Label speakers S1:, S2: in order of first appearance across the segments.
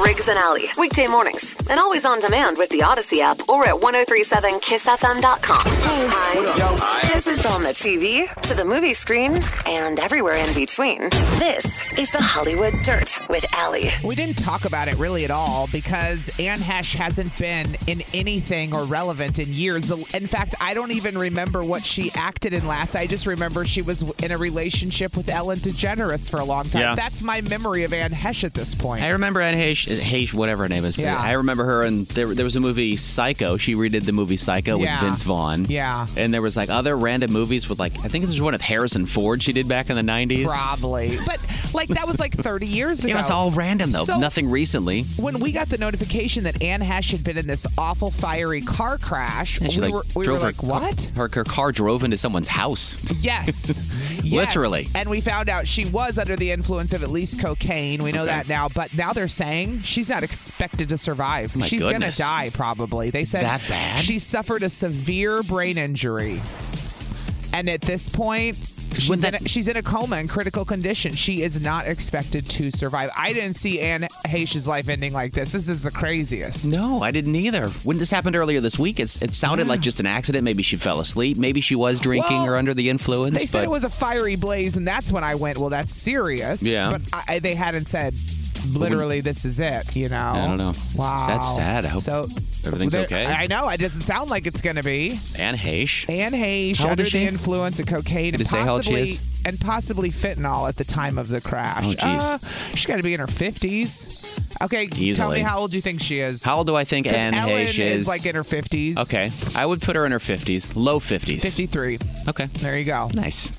S1: Riggs and Alley, weekday mornings, and always on demand with the Odyssey app or at 1037kissfm.com. Hi. This is on the TV, to the movie screen, and everywhere in between. This is the Hollywood Dirt with Alley.
S2: We didn't talk about it really at all because Anne Hesh hasn't been in anything or relevant in years. In fact, I don't even remember what she acted in last. I just remember she was in a relationship with Ellen DeGeneres for a long time.
S3: Yeah.
S2: That's my memory of Anne Hesh at this point.
S3: I remember Anne Heche, Heche whatever her name is.
S2: Yeah.
S3: I remember her, and there, there was a movie, Psycho. She redid the movie Psycho
S2: Yeah.
S3: with Vince Vaughn.
S2: Yeah.
S3: And there was like other random movies with like, I think there's one with Harrison Ford she did back in the 90s.
S2: Probably. But like that was like 30 years ago.
S3: It was all random though.
S2: So-
S3: Nothing recently.
S2: when we got the notification that Anne Hesh had been in this awful fiery car crash,
S3: And she
S2: we
S3: like
S2: were, we were
S3: drove
S2: like,
S3: her,
S2: what?
S3: Her, her car drove into someone's house.
S2: Yes. Yes.
S3: Literally.
S2: And we found out she was under the influence of at least cocaine. We know
S3: Okay.
S2: that now. But now they're saying she's not expected to survive.
S3: My
S2: she's going to
S3: goodness.
S2: die, probably. They said
S3: That bad?
S2: she suffered a severe brain injury. And at this point, She's,
S3: that-
S2: in a, she's in a coma in critical condition. She is not expected to survive. I didn't see Anne Heche's life ending like this. This is the craziest.
S3: No, Oh, I didn't either. When this happened earlier this week, it's, it sounded like just an accident. Maybe she fell asleep. Maybe she was drinking
S2: Well,
S3: or under the influence.
S2: They said
S3: but
S2: it was a fiery blaze, and that's when I went, well, that's serious.
S3: Yeah.
S2: But I, they hadn't said, literally, this is it, you know?
S3: I don't know. It's-
S2: Wow.
S3: that's sad. I hope everything's
S2: there-
S3: okay.
S2: I know. It doesn't sound like it's going to be.
S3: Anne Heche.
S2: Anne Hayes,
S3: How old
S2: under
S3: is
S2: the
S3: she?
S2: influence of cocaine
S3: Did
S2: and
S3: it say how old she
S2: possibly,
S3: is?
S2: and possibly fentanyl at the time of the crash.
S3: Oh, jeez.
S2: Uh, she's got to be in her 50s. Okay, tell
S3: Easily.
S2: me how old you think she is.
S3: How old do I think
S2: 'Cause
S3: Anne
S2: Ellen
S3: Heche
S2: is like in her 50s.
S3: Okay. I would put her in her 50s, low 50s.
S2: 53.
S3: Okay.
S2: There you go.
S3: Nice.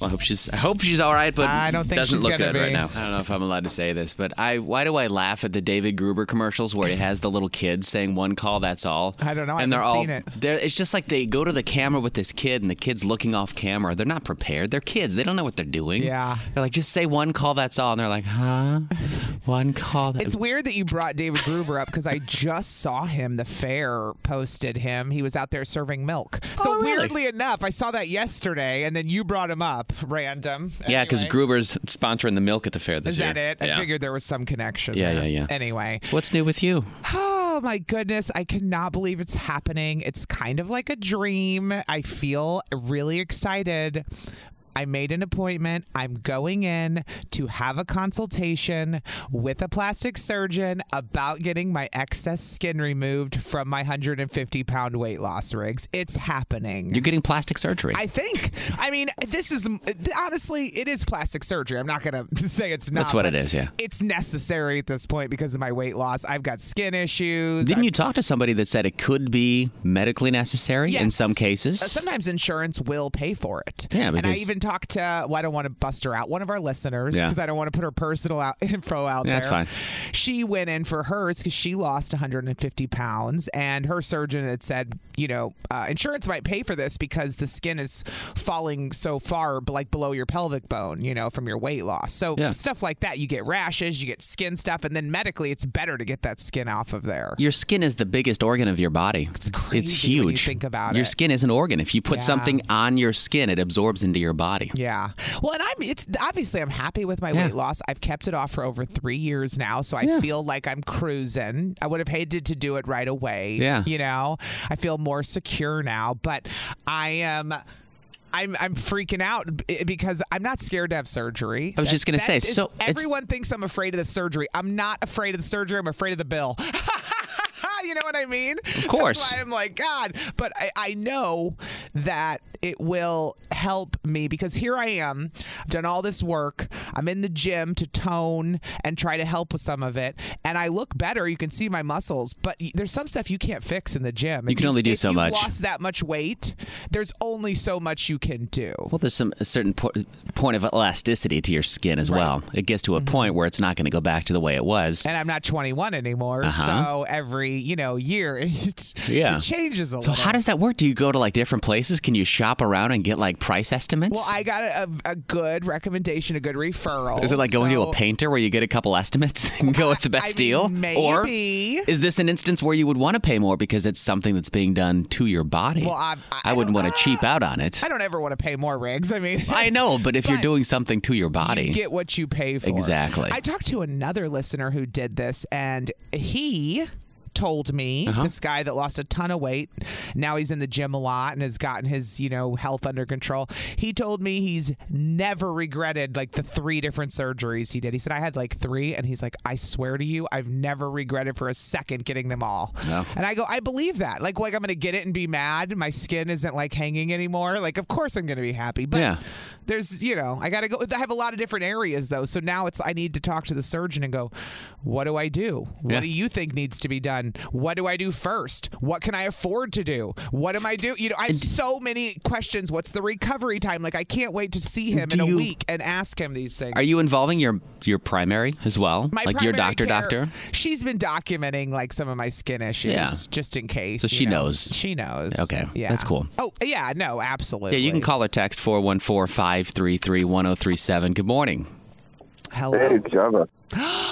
S3: Well, I hope she's I hope she's all right, but
S2: I don't think
S3: doesn't
S2: she's
S3: look
S2: gonna
S3: good right
S2: be.
S3: now. I don't know if I'm allowed to say this, but I why do I laugh at the David Gruber commercials where he has the little kids saying one call that's all?
S2: I don't know. I
S3: And they're
S2: haven't
S3: all
S2: seen it.
S3: they're it's just like they go to the camera with this kid and the kid's looking off camera. They're not prepared. They're kids. They don't know what they're doing.
S2: Yeah.
S3: They're like just say one call that's all and they're like, "Huh? One call that's
S2: It's weird that you brought David Gruber up because I just saw him. The fair posted him. He was out there serving milk. So
S3: Oh, really?
S2: weirdly enough, I saw that yesterday, and then you brought him up random.
S3: Yeah, because
S2: Anyway.
S3: Gruber's sponsoring the milk at the fair this
S2: Is
S3: year.
S2: that it?
S3: Yeah.
S2: I figured there was some connection.
S3: Yeah,
S2: there.
S3: yeah, yeah.
S2: Anyway,
S3: What's new with you?
S2: oh my goodness, I cannot believe it's happening. It's kind of like a dream. I feel really excited. I made an appointment. I'm going in to have a consultation with a plastic surgeon about getting my excess skin removed from my 150 pound weight loss rigs. It's happening.
S3: You're getting plastic surgery.
S2: I think. I mean, this is honestly, it is plastic surgery. I'm not going to say it's not.
S3: That's what
S2: but
S3: it is, yeah.
S2: It's necessary at this point because of my weight loss. I've got skin issues.
S3: Didn't
S2: I've-
S3: you talk to somebody that said it could be medically necessary in
S2: Yes.
S3: some cases?
S2: Uh, Sometimes insurance will pay for it.
S3: Yeah,
S2: and I
S3: because-
S2: even talked to. Well, I don't want to bust her out. One of our listeners,
S3: Yeah.
S2: because I don't want to put her personal out, info out
S3: Yeah, that's
S2: there.
S3: fine.
S2: She went in for hers because she lost 150 pounds, and her surgeon had said, you know, uh, insurance might pay for this because the skin is falling so far, b- like below your pelvic bone, you know, from your weight loss. So
S3: Yeah.
S2: stuff like that, you get rashes, you get skin stuff, and then medically, it's better to get that skin off of there.
S3: Your skin is the biggest organ of your body. It's
S2: crazy
S3: huge.
S2: when you think about
S3: Your
S2: it.
S3: skin is an organ. If you put
S2: Yeah.
S3: something on your skin, it absorbs into your body.
S2: Yeah. Well, and I'm it's obviously I'm happy with my
S3: Yeah.
S2: weight loss. I've kept it off for over three years now, so I feel like I'm cruising. I would have hated to do it right away.
S3: Yeah.
S2: You know, I feel more secure now, but I am. I'm, I'm freaking out b- because I'm not scared to have surgery.
S3: I was just gonna
S2: That
S3: say,
S2: is-
S3: so it's-
S2: everyone thinks I'm afraid of the surgery. I'm not afraid of the surgery. I'm afraid of the bill. you know what I mean? Of
S3: course.
S2: I'm like, God. But I, I know that it will help me because here I am. I've done all this work. I'm in the gym to tone and try to help with some of it. And I look better. You can see my muscles, but y- there's some stuff you can't fix in the gym. If
S3: can only do
S2: if
S3: so
S2: you've
S3: much.
S2: lost that much weight, there's only so much you can do.
S3: Well, there's some a certain po- point of elasticity to your skin as well. It
S2: Mm-hmm.
S3: gets to a point where it's not going to go back to the way it was.
S2: And I'm not 21 anymore. So every, you know, year, it,
S3: Uh-huh. Yeah.
S2: it changes a
S3: So
S2: little.
S3: how does that work? Do you go to like different places? Can you shop around and get like price estimates?
S2: well, I got a, a, a good recommendation, a good referral.
S3: is it like going to
S2: so-
S3: a painter where you get a couple estimates and go with the best
S2: I mean,
S3: deal? Or
S2: maybe.
S3: is this an instance where you would want to pay more because it's something that's being done to your body?
S2: Well, I- I- I
S3: wouldn't
S2: don't-
S3: want to cheap out on it.
S2: I don't ever want to pay more rigs. I mean,
S3: I know, but if you're
S2: But
S3: doing something to your body,
S2: You get what you pay for.
S3: Exactly.
S2: I talked to another listener who did this, and he told me
S3: Uh-huh.
S2: this guy that lost a ton of weight now he's in the gym a lot and has gotten his you know health under control he told me he's never regretted like the three different surgeries he did he said i had like three and he's like i swear to you i've never regretted for a second getting them all
S3: No.
S2: and i go i believe that like like i'm gonna get it and be mad my skin isn't like hanging anymore like of course i'm gonna be happy but
S3: Yeah.
S2: there's you know i gotta go i have a lot of different areas though so now it's i need to talk to the surgeon and go what do i do what
S3: Yeah.
S2: do you think needs to be done what do i do first what can i afford to do what am i do you know i have so many questions what's the recovery time like i can't wait to see him in
S3: Do
S2: a
S3: you-
S2: week and ask him these things
S3: are you involving your your primary as well?
S2: my
S3: like your
S2: primary
S3: doctor,
S2: care-
S3: doctor?
S2: She's been documenting like some of my skin issues,
S3: Yeah.
S2: just in case.
S3: So
S2: you
S3: she
S2: know.
S3: knows.
S2: She knows.
S3: Okay,
S2: Yeah,
S3: that's cool.
S2: Oh yeah, no, absolutely.
S3: Yeah, you can call or text 414-533-1037. Good morning.
S2: Hello.
S4: Hey, Java.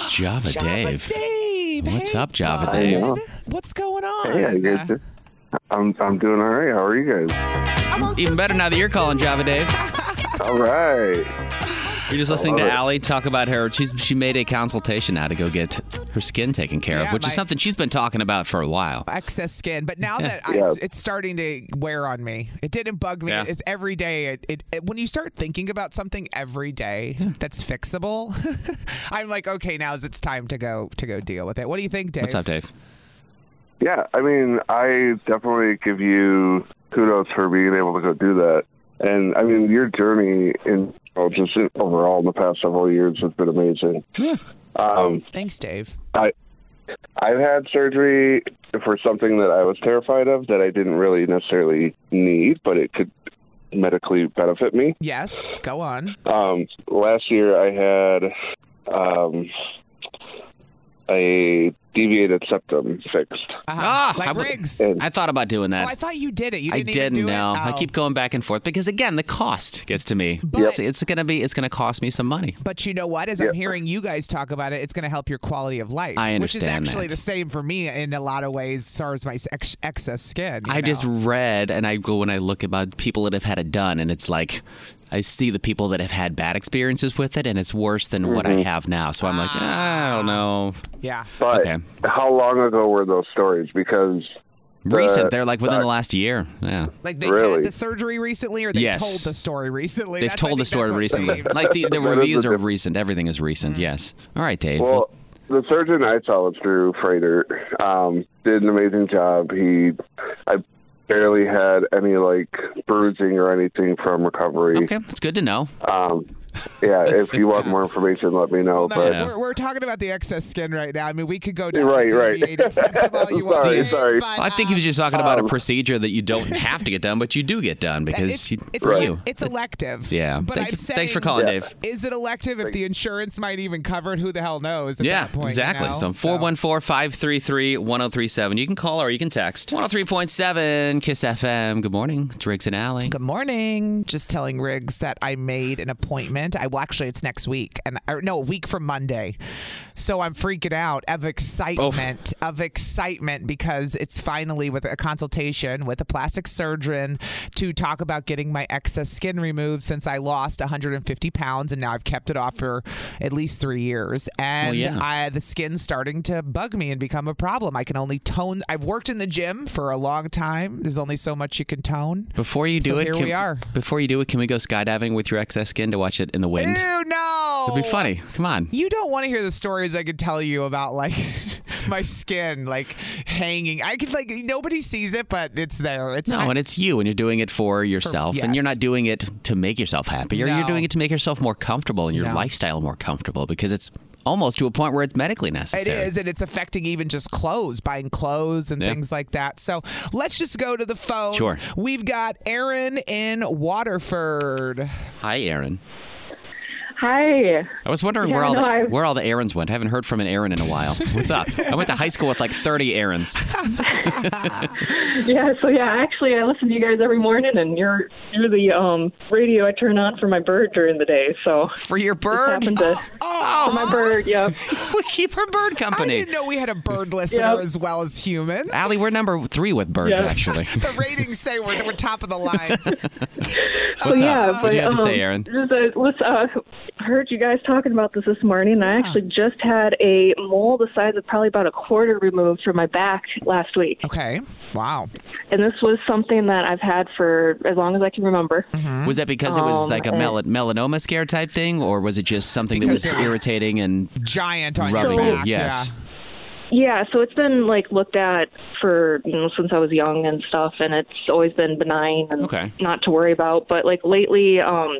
S3: Java, Dave.
S2: Dave.
S3: What's
S2: hey,
S3: up, Java
S2: bud.
S3: Dave?
S2: What's going on?
S4: uh, Hey, I guess it- I'm I'm doing all right. How are you guys?
S3: Even better now that you're calling Java Dave.
S4: All right.
S3: You're just listening to
S4: love it.
S3: Allie talk about her. She's she made a consultation now to go get her skin taken care of,
S2: Yeah,
S3: which
S2: my-
S3: is something she's been talking about for a while.
S2: Uh, excess skin, but now that I,
S4: Yeah.
S2: it's, it's starting to wear on me, it didn't bug me.
S3: Yeah.
S2: It's every day. It, it, it- when you start thinking about something every day that's fixable, I'm like, okay, now is it's time to go to go deal with it. What do you think, Dave?
S3: What's up, Dave?
S4: Yeah, I mean, I definitely give you kudos for being able to go do that. And I mean, your journey in well, just in- overall in the past several years has been amazing. Um,
S2: Thanks, Dave.
S4: I I've had surgery for something that I was terrified of that I didn't really necessarily need, but it could medically benefit me.
S2: Yes, go on.
S4: Um, last year I had um, a deviated septum fixed.
S2: Uh-huh.
S3: Ah,
S2: like
S3: I would-
S2: Riggs.
S4: And
S3: I thought about doing
S2: Oh,
S3: that.
S2: I thought you did it. You
S3: I
S2: didn't even
S3: didn't
S2: do it?
S3: know. I
S2: Oh.
S3: keep going back and forth because again, the cost gets to me. It's, it's gonna be it's gonna cost me some money.
S2: But you know what? As I'm hearing you guys talk about it, it's going to help your quality of life.
S3: I
S2: Which is
S3: understand
S2: actually
S3: that.
S2: the same for me in a lot of ways, as far as my ex- excess skin. you
S3: I just
S2: know.
S3: read and I go and I look about people that have had it done, and it's like I see the people that have had bad experiences with it, and it's worse than what
S2: Mm-hmm.
S3: I have now. So I'm like,
S2: Ah.
S3: eh, I don't know.
S2: Yeah.
S4: But
S3: Okay.
S4: how long ago were those stories? Because Uh,
S3: Recent, they're like within the last year. Yeah.
S2: Like they
S4: Really?
S2: had the surgery recently or they
S3: Yes.
S2: told the story recently?
S3: They've
S2: That's- I
S3: told the
S2: think that's
S3: story
S2: what
S3: recently.
S2: Dave-
S3: Like the, the
S4: That is
S3: reviews
S4: a
S3: are
S4: diff-
S3: recent. Everything is recent.
S2: Mm.
S3: Yes. All right, Dave.
S4: well, the surgeon I saw was through Freighter um, did an amazing job. He, I barely had any like bruising or anything from recovery.
S3: okay, it's good to know.
S4: Um, yeah, if you want more information, let me know.
S2: No,
S4: but
S3: Yeah.
S2: we're, we're talking about the excess skin right now. I mean, we could go down
S4: Right,
S2: to
S4: right.
S2: deviated septum all you want,
S4: Sorry,
S2: Dave,
S4: sorry.
S2: but,
S3: I think he
S2: uh,
S3: was just talking about a
S4: um,
S3: procedure that you don't have to get done, but you do get done because
S2: it's,
S3: you,
S2: it's,
S3: for
S4: Right.
S3: you.
S2: it's elective.
S3: Yeah.
S2: But
S3: Thank
S2: I'm
S3: you-
S2: saying,
S3: thanks for calling,
S4: Yeah.
S3: Dave.
S2: Is it elective if the insurance might even cover it? Who the hell knows? At
S3: Yeah,
S2: that point, you
S3: exactly.
S2: know?
S3: So 414 533 1037. You can call or you can text. 103.7 Kiss FM. Good morning. It's Riggs and Alley.
S2: Good morning. Just telling Riggs that I made an appointment. I well, actually, it's next week, and or, no, a week from Monday. So I'm freaking out of excitement, of excitement because it's finally with a consultation with a plastic surgeon to talk about getting my excess skin removed since I lost 150 pounds and now I've kept it off for at least three years, and
S3: yeah.
S2: I, the skin's starting to bug me and become a problem. I can only tone. I've worked in the gym for a long time. There's only so much you can tone.
S3: Before you do
S2: So
S3: it,
S2: here
S3: can,
S2: we are.
S3: Before you do it, can we go skydiving with your excess skin to watch it in the wind?
S2: Ew, no.
S3: It'd be funny. Come on.
S2: You don't want to hear the stories I could tell you about like my skin like hanging. I could like nobody sees it, but it's there. It's
S3: No,
S2: I-
S3: and it's you, and you're doing it for yourself, and you're
S2: yes.
S3: not doing it to make yourself happy. or
S2: No.
S3: You're doing it to make yourself more comfortable and your
S2: No.
S3: lifestyle more comfortable because it's almost to a point where it's medically
S2: it
S3: necessary.
S2: is, and it's affecting even just clothes, buying clothes and
S3: Yeah.
S2: things like that. So let's just go to the phone.
S3: Sure.
S2: We've got Aaron in Waterford.
S3: Hi, Aaron.
S5: Hi.
S3: I was wondering
S5: Yeah,
S3: where all
S5: no,
S3: the,
S5: I-
S3: where all the errands went. I haven't heard from an Aaron in a while. What's up? I went to high school with like 30 errands.
S5: Yeah, so yeah, actually I listen to you guys every morning and you're you're the um radio I turn on for my bird during the day. So
S3: For your
S5: just
S3: bird?
S5: happened to
S2: Oh,
S5: for my bird, yep.
S3: We keep her bird
S2: I
S3: company.
S2: didn't know we had a bird listener
S5: Yep.
S2: as well as humans.
S3: Allie, we're number three with birds,
S5: Yeah.
S3: actually.
S2: The ratings say we're, we're top of the line.
S3: What's
S2: Oh,
S5: so yeah,
S3: up?
S5: but
S3: what do you have
S5: um,
S3: to say, Aaron?
S5: just, uh, listen, uh, heard you guys talking about this this morning. and I actually just had a mole the size of probably about a quarter removed from my back last week,
S2: Okay. Wow.
S5: and this was something that I've had for as long as I can remember.
S3: Was that because it was
S5: Um,
S3: like a
S5: uh,
S3: mel- melanoma scare type thing, or was it just something that was
S2: Because it was-
S3: irritating and
S2: Giant on
S3: rubbing?
S2: your back.
S3: yes.
S5: Yeah, so it's been like looked at for you know since I was young and stuff, and it's always been benign and
S3: Okay.
S5: not to worry about. But like lately, um,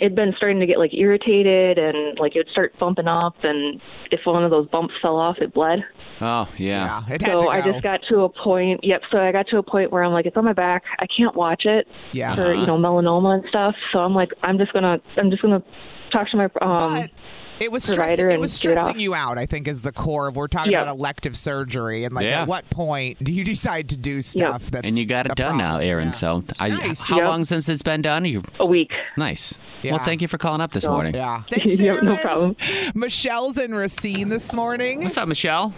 S5: it'd been starting to get like irritated and like it would start bumping up, and if one of those bumps fell off, it bled.
S3: Oh, yeah.
S2: Yeah. It had to
S5: So
S2: go.
S5: I just got to a point. Yep. So I got to a point where I'm like, it's on my back. I can't watch it
S2: yeah.
S5: for you know melanoma and stuff. So I'm like, I'm just gonna, I'm just gonna talk to my um.
S2: but it was
S5: provider
S2: stressing, it
S5: and
S2: was
S5: get off.
S2: stressing you out. I think is the core of we're talking
S5: Yeah.
S2: about elective surgery and like
S3: Yeah.
S2: at what point do you decide to do stuff that's
S3: And you got
S2: a
S3: it done now,
S2: problem?
S3: Aaron.
S2: Yeah.
S3: So, I,
S2: Nice.
S3: how
S5: Yep.
S3: long since it's been done? You
S5: a week.
S3: nice.
S2: Yeah.
S3: Well, thank you for calling up this morning.
S2: yeah, Thanks,
S5: Yep, no
S2: Aaron.
S5: problem.
S2: Michelle's in Racine this morning.
S3: What's up, Michelle?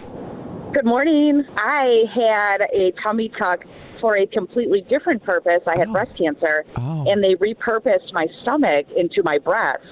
S6: Good morning. I had a tummy tuck for a completely different purpose. I had
S2: Oh.
S6: breast cancer,
S2: Oh.
S6: and they repurposed my stomach into my breast.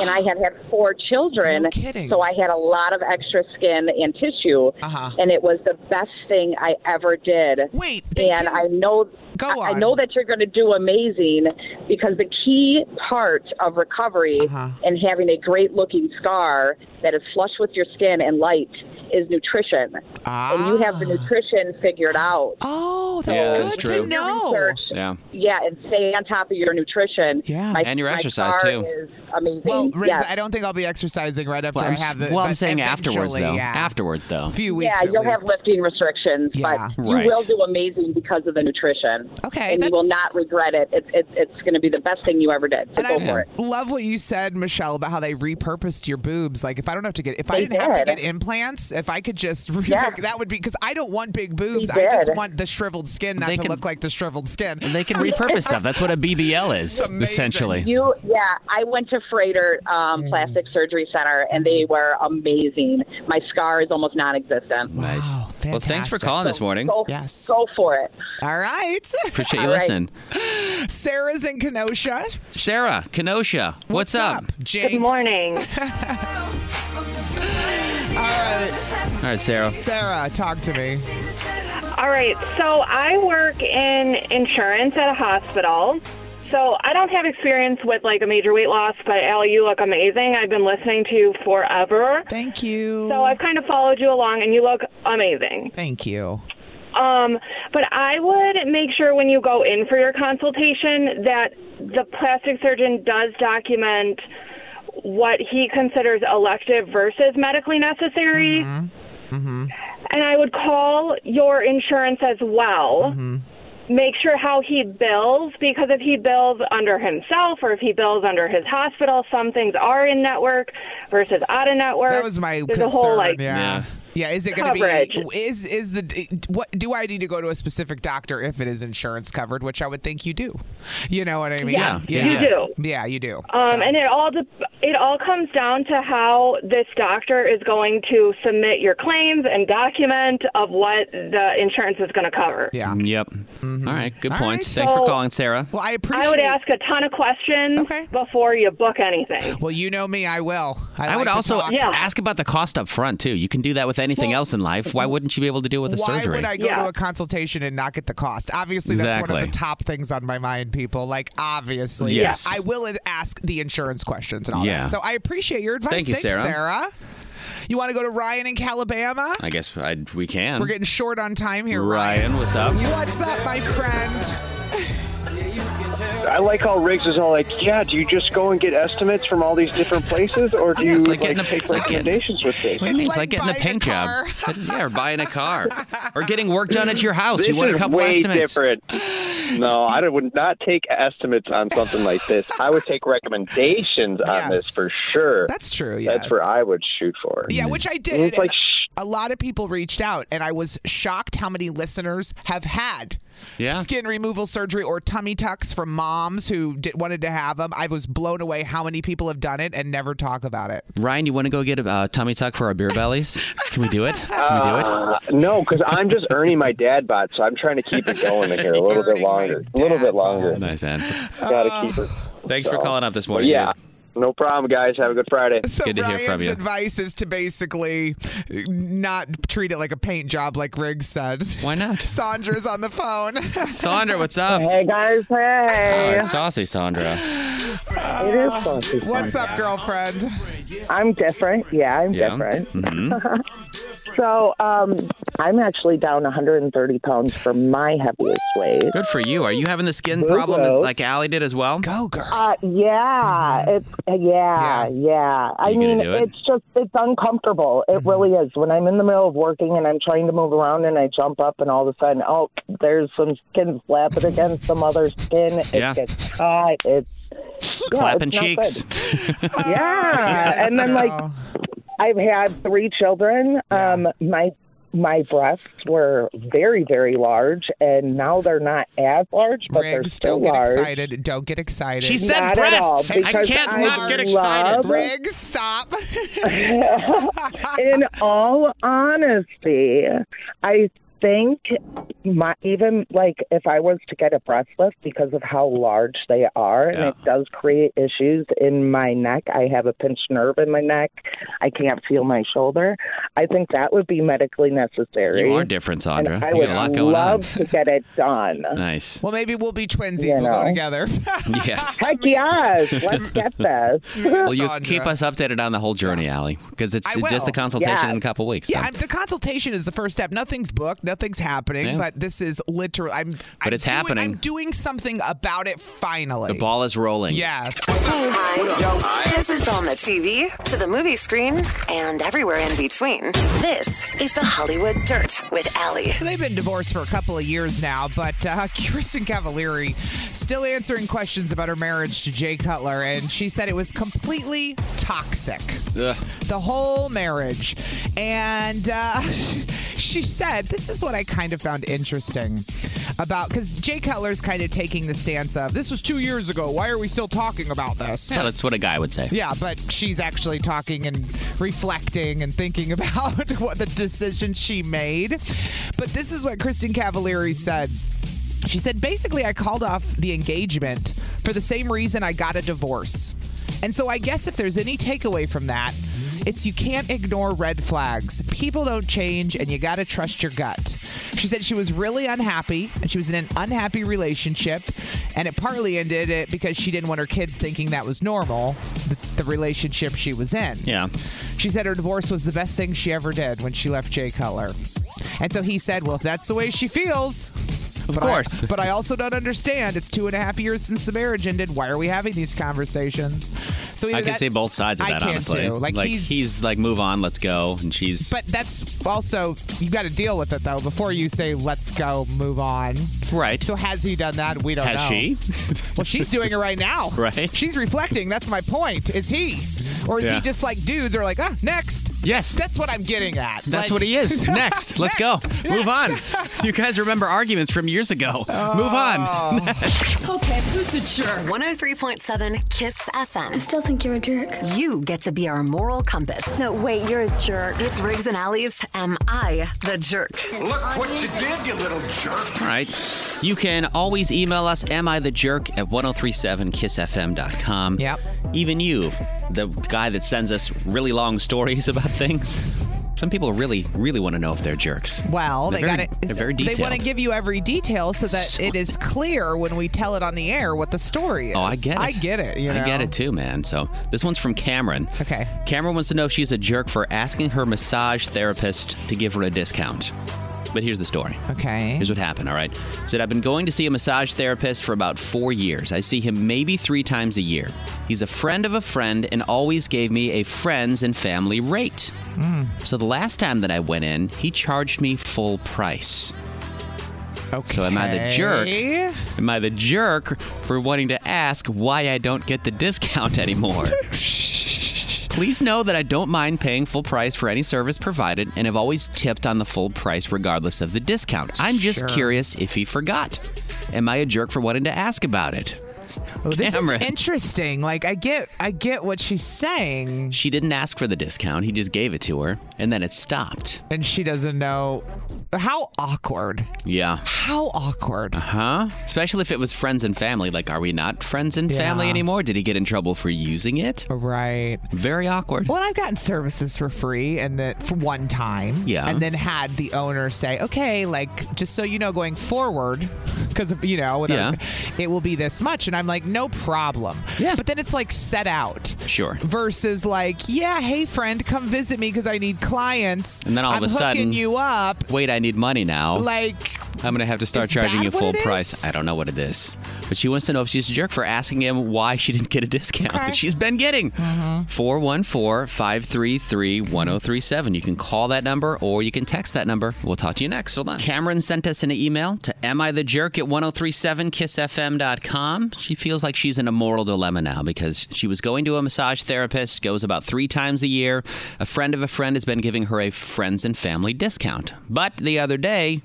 S6: and I had had four children,
S2: No kidding.
S6: so I had a lot of extra skin and tissue,
S2: Uh-huh.
S6: and it was the best thing I ever did.
S2: Wait, they
S6: and
S2: can-
S6: I know
S2: Go
S6: I- I
S2: on.
S6: know that you're going to do amazing because the key part of recovery
S2: Uh-huh.
S6: and having a great looking scar that is flush with your skin and light is nutrition and you have the
S2: Ah.
S6: nutrition figured out.
S2: Oh, that's
S3: Yeah,
S2: good
S3: that's
S2: to
S3: true.
S2: know.
S6: Research,
S3: Yeah.
S6: yeah, and stay on top of your nutrition.
S2: Yeah.
S3: And your exercise,
S6: scar
S3: too.
S6: Is amazing.
S2: Well, Riggs,
S6: yes.
S2: I don't think I'll be exercising right after
S3: Well,
S2: I
S3: I'm,
S2: have the.
S3: well, I'm
S2: but
S3: saying afterwards,
S2: eventually,
S3: though.
S2: Yeah.
S3: Afterwards, though.
S2: a few weeks.
S6: yeah,
S2: at
S6: you'll have
S2: least.
S6: lifting restrictions,
S2: Yeah.
S6: but
S3: Right.
S6: you will do amazing because of the nutrition.
S2: Okay,
S6: and you
S2: that's-
S6: will not regret it. It's it's, it's going to be the best thing you ever did. So
S2: And
S6: go
S2: I
S6: for it.
S2: love what you said, Michelle, about how they repurposed your boobs. Like, if I don't have to get, if
S6: They
S2: I didn't have to
S6: did.
S2: get implants, if I could just, re-
S6: Yeah.
S2: like, that would be because I don't want big boobs.
S6: They
S2: I just
S6: did.
S2: want the shriveled skin not
S3: They
S2: to
S3: can-
S2: look like the shriveled skin.
S3: They can repurpose stuff. That's what a BBL is,
S2: Amazing.
S3: essentially.
S6: You, yeah, I went to Freighter um,
S3: Mm.
S6: Plastic Surgery Center, and they were amazing. My scar is almost non-existent.
S3: Nice.
S2: Wow,
S3: well, thanks for
S2: fantastic.
S3: calling this morning.
S6: Go,
S2: Yes.
S6: go for it.
S2: All right,
S3: Appreciate you
S6: All right.
S3: listening.
S2: Sarah's in Kenosha.
S3: Sarah, Kenosha, what's, up?
S2: James?
S7: Good morning.
S2: All right,
S3: All right, Sarah.
S2: Sarah, talk to me.
S7: All right. So I work in insurance at a hospital. So I don't have experience with like a major weight loss, but Al, you look amazing. I've been listening to you forever.
S2: Thank you.
S7: So I've kind of followed you along, and you look amazing.
S2: Thank you.
S7: Um, but I would make sure when you go in for your consultation that the plastic surgeon does document what he considers elective versus medically necessary.
S2: Mm-hmm.
S7: And I would call your insurance as well.
S2: Mm-hmm.
S7: Make sure how he bills because if he bills under himself or if he bills under his hospital, some things are in network versus out of network.
S2: That was my
S7: There's
S2: concern.
S7: a whole like
S2: yeah.
S3: Yeah.
S2: Yeah, is it going to
S7: Coverage.
S2: be is is the what do I need to go to a specific doctor if it is insurance covered, which I would think you do. You know what I mean?
S3: Yeah,
S2: yeah.
S7: you do.
S2: Yeah, you do.
S7: Um, and it all de- it all comes down to how this doctor is going to submit your claims and document of what the insurance is going to cover.
S2: yeah.
S3: Mm,
S2: Mm-hmm.
S3: Yep. All right. Good
S2: All
S3: points.
S2: right.
S3: Thanks for
S7: So-
S3: calling, Sarah.
S2: Well, I appreciate
S7: I would ask a ton of questions
S2: Okay.
S7: before you book anything.
S2: Well, you know me, I will. I,
S3: I would
S2: like to
S3: also
S2: talk.
S7: Yeah.
S3: ask about the cost up front too. You can do that with anything
S2: Well,
S3: else in life. Why wouldn't you be able to do it with a
S2: Why
S3: surgery?
S2: would I go
S7: Yeah.
S2: to a consultation and not get the cost? Obviously, that's one of
S3: Exactly.
S2: the top things on my mind, people. Like, obviously,
S3: Yes.
S2: I will ask the insurance questions and all
S3: Yeah.
S2: that. So I appreciate your advice.
S3: Thank you,
S2: Thanks,
S3: Sarah.
S2: Sarah. You want to go to Ryan in Calabama?
S3: I guess I, we can.
S2: We're getting short on time here, Ryan.
S3: Ryan, what's up?
S2: What's up, my friend?
S8: I like how Riggs is all like, yeah, do you just go and get estimates from all these different places, or do you
S3: it's like
S8: like,
S3: getting a-
S8: take
S3: it's like getting-
S8: recommendations with this?
S3: What do you mean?
S2: It's
S3: It's
S2: like
S3: like, getting a
S2: buying a
S3: paint
S2: car.
S3: job. yeah, or buying a car. Or getting work done at your house.
S8: This
S3: you want a
S8: is
S3: couple
S8: way
S3: estimates.
S8: different.
S9: No, I would not take estimates on something like this. I would take recommendations on this
S2: Yes.
S9: for sure.
S2: That's true. Yes.
S9: That's where I would shoot for.
S2: Yeah, which I did.
S9: And it's
S2: and
S9: like, shh,
S2: a lot of people reached out, and I was shocked how many listeners have had
S3: Yeah.
S2: skin removal surgery or tummy tucks from moms who did, wanted to have them. I was blown away how many people have done it and never talk about it.
S3: Ryan, you want to go get a uh, tummy tuck for our beer bellies? Can we do it? Can we do it?
S9: uh, no, because I'm just earning my dad bot, so I'm trying to keep it going in here a little bit longer. A little bit longer.
S3: Nice man.
S9: Gotta
S3: Uh,
S9: keep it.
S3: Thanks for
S9: So,
S3: calling up this
S9: But
S3: morning.
S9: yeah,
S3: dude.
S9: no problem, guys. Have a good Friday.
S2: So
S3: Good to hear
S2: Ryan's
S3: from you.
S2: advice is to basically not treat it like a paint job, like Riggs said.
S3: Why not?
S2: Sandra's on the phone.
S3: Sandra, what's up?
S10: Hey guys,
S3: Oh,
S10: hey.
S3: it's saucy Sandra.
S10: it is funky.
S2: What's up, girlfriend?
S10: I'm different. Yeah, I'm
S3: Yeah.
S10: different.
S3: hmm
S10: So um, I'm actually down 130 pounds from my heaviest weight.
S3: Good for you. Are you having the skin problem that, like Allie did as well?
S2: Go, girl.
S10: Uh, yeah, it's uh, yeah, yeah.
S2: Yeah.
S10: I
S3: You gonna
S10: mean,
S3: do it? Mm-hmm.
S10: it's just it's uncomfortable. It really is. When I'm in the middle of working and I'm trying to move around and I jump up and all of a sudden, oh, there's some skin flapping against some other skin. It
S3: Yeah.
S10: gets hot. It's yeah,
S3: Clapping
S10: it's not
S3: cheeks.
S10: good. Yeah, and then like
S2: girl.
S10: I've had three children. Um, my my breasts were very very large, and now they're not as large, but they're
S2: Riggs,
S10: still
S2: don't get
S10: large.
S2: excited. Don't get excited.
S3: She said
S10: Not at all,
S3: breasts. I
S10: because
S3: can't
S10: I
S3: not get excited.
S10: love-
S2: Riggs, stop.
S10: in all honesty, I think my even like if I was to get a breast lift because of how large they are,
S3: Yeah.
S10: and it does create issues in my neck. I have a pinched nerve in my neck. I can't feel my shoulder. I think that would be medically necessary.
S3: You are different,
S10: and
S3: Sandra.
S10: I
S3: you
S10: would
S3: got a lot going
S10: love
S3: on.
S10: to get it done.
S3: nice.
S2: well, maybe we'll be twinsies.
S10: You
S2: We'll go
S10: know.
S2: together.
S3: Yes.
S10: Heck yes, let's get this.
S3: Well, you
S2: Sandra.
S3: keep us updated on the whole journey, Allie, because it's
S2: I
S3: it's just a
S2: will.
S3: consultation
S10: Yeah.
S3: in a couple weeks.
S2: Yeah,
S3: so.
S2: I'm, the consultation is the first step. Nothing's booked, nothing's happening,
S3: Yeah.
S2: but this is literal. I'm, but I'm
S3: it's
S2: doing,
S3: happening.
S2: I'm doing something about it finally.
S3: the ball is rolling.
S2: Yes.
S1: This is on the TV, to the movie screen, and everywhere in between. This is the Hollywood Dirt with Allie.
S2: So they've been divorced for a couple of years now, but uh, Kristen Cavallari still answering questions about her marriage to Jay Cutler, and she said it was completely toxic.
S3: Ugh.
S2: the whole marriage. And uh, she said, This is what I kind of found interesting about because Jay Cutler's kind of taking the stance of this was two years ago. Why are we still talking about this?
S3: Yeah, that's what a guy would say.
S2: Yeah, but she's actually talking and reflecting and thinking about what the decision she made. But this is what Kristen Cavallari said. She said, basically, I called off the engagement for the same reason I got a divorce. And so I guess if there's any takeaway from that, it's you can't ignore red flags. People don't change, and you got to trust your gut. She said she was really unhappy, and she was in an unhappy relationship, and it partly ended it because she didn't want her kids thinking that was normal, the, the relationship she was in.
S3: Yeah.
S2: She said her divorce was the best thing she ever did when she left Jay Cutler. And so he said, Well, if that's the way she feels. Of
S3: course.
S2: but I also don't understand. It's two and a half years since the marriage ended. Why are we having these conversations? So either
S3: I can
S2: that-
S3: see both sides of
S2: I
S3: that,
S2: can
S3: honestly.
S2: too. Like, he's-
S3: like, move on, let's go, and she's.
S2: But that's also, you got to deal with it, though, before you say, let's go, move on.
S3: right.
S2: So has he done that? We don't
S3: Has
S2: know.
S3: she?
S2: Well, she's doing it right now.
S3: Right.
S2: She's reflecting. That's my point. Is he? Or is
S3: Yeah.
S2: he just like dudes are like, ah, next?
S3: Yes.
S2: That's what I'm getting at. Like-
S3: That's what he is. Next, let's go. Move on. You guys remember arguments from years ago. Move
S2: Oh.
S3: on.
S1: 103.7 Kiss FM.
S11: Still think you're a jerk.
S1: You get to be our moral compass.
S11: No, wait, you're a jerk.
S1: It's Riggs and Allies. Am I the jerk?
S3: All right. You can always email us, am I the jerk at 1037kissfm.com.
S2: Yep.
S3: Even you, the guy that sends us really long stories about things. Some people really, really want to know if they're jerks.
S2: Well,
S3: They're
S2: they
S3: very-
S2: got it.
S3: They're very
S2: They
S3: detailed.
S2: want to give you every detail so that
S3: So-
S2: it is clear when we tell it on the air what the story is.
S3: Oh, I get it.
S2: I get it. You know?
S3: I get it too, man. So this one's from Cameron.
S2: Okay.
S3: Cameron wants to know if she's a jerk for asking her massage therapist to give her a discount. But here's the story.
S2: Okay.
S3: Here's what happened, all right? Said, I've been going to see a massage therapist for about four years. I see him maybe three times a year. He's a friend of a friend and always gave me a friends and family rate.
S2: Hmm.
S3: So the last time that I went in, he charged me full price. So am I the jerk?
S2: Okay.
S3: Am I the jerk for wanting to ask why I don't get the discount anymore? Please know that I don't mind paying full price for any service provided and have always tipped on the full price regardless of the discount. I'm just
S2: Sure.
S3: curious if he forgot. Am I a jerk for wanting to ask about it?
S2: Oh, this
S3: Cameron.
S2: is interesting. Like I get I get what she's saying.
S3: She didn't ask for the discount, he just gave it to her, and then it stopped.
S2: And she doesn't know how awkward.
S3: Yeah.
S2: How awkward.
S3: Huh? Especially if it was friends and family. Like, are we not friends and family
S2: Yeah.
S3: anymore? Did he get in trouble for using it?
S2: Right.
S3: Very awkward.
S2: Well, I've gotten services for free and then for one time.
S3: Yeah.
S2: And then had the owner say, okay, like, just so you know, going forward, because, you know, whatever, it will be this much. And I'm like, no problem. Yeah. But then it's like set out.
S3: Sure.
S2: Versus like, yeah, hey, friend, come visit me because I need clients.
S3: And then all
S2: I'm
S3: of a
S2: hooking
S3: sudden, Oh.
S2: you up.
S3: Wait, I need money now.
S2: Like,
S3: I'm gonna have to start
S2: Is
S3: charging
S2: that
S3: you
S2: what
S3: full
S2: it
S3: price.
S2: is?
S3: I don't know what it is, but she wants to know if she's a jerk for asking him why she didn't get a discount that she's been getting.
S2: Mm-hmm.
S3: 414 533 1037. You can call that number or you can text that number. We'll talk to you next. Hold on. Cameron sent us an email to am I the jerk at 1037kissfm.com. She feels like she's in a moral dilemma now because she was going to a massage therapist, goes about three times a year. A friend of a friend has been giving her a friends and family discount. But the other day,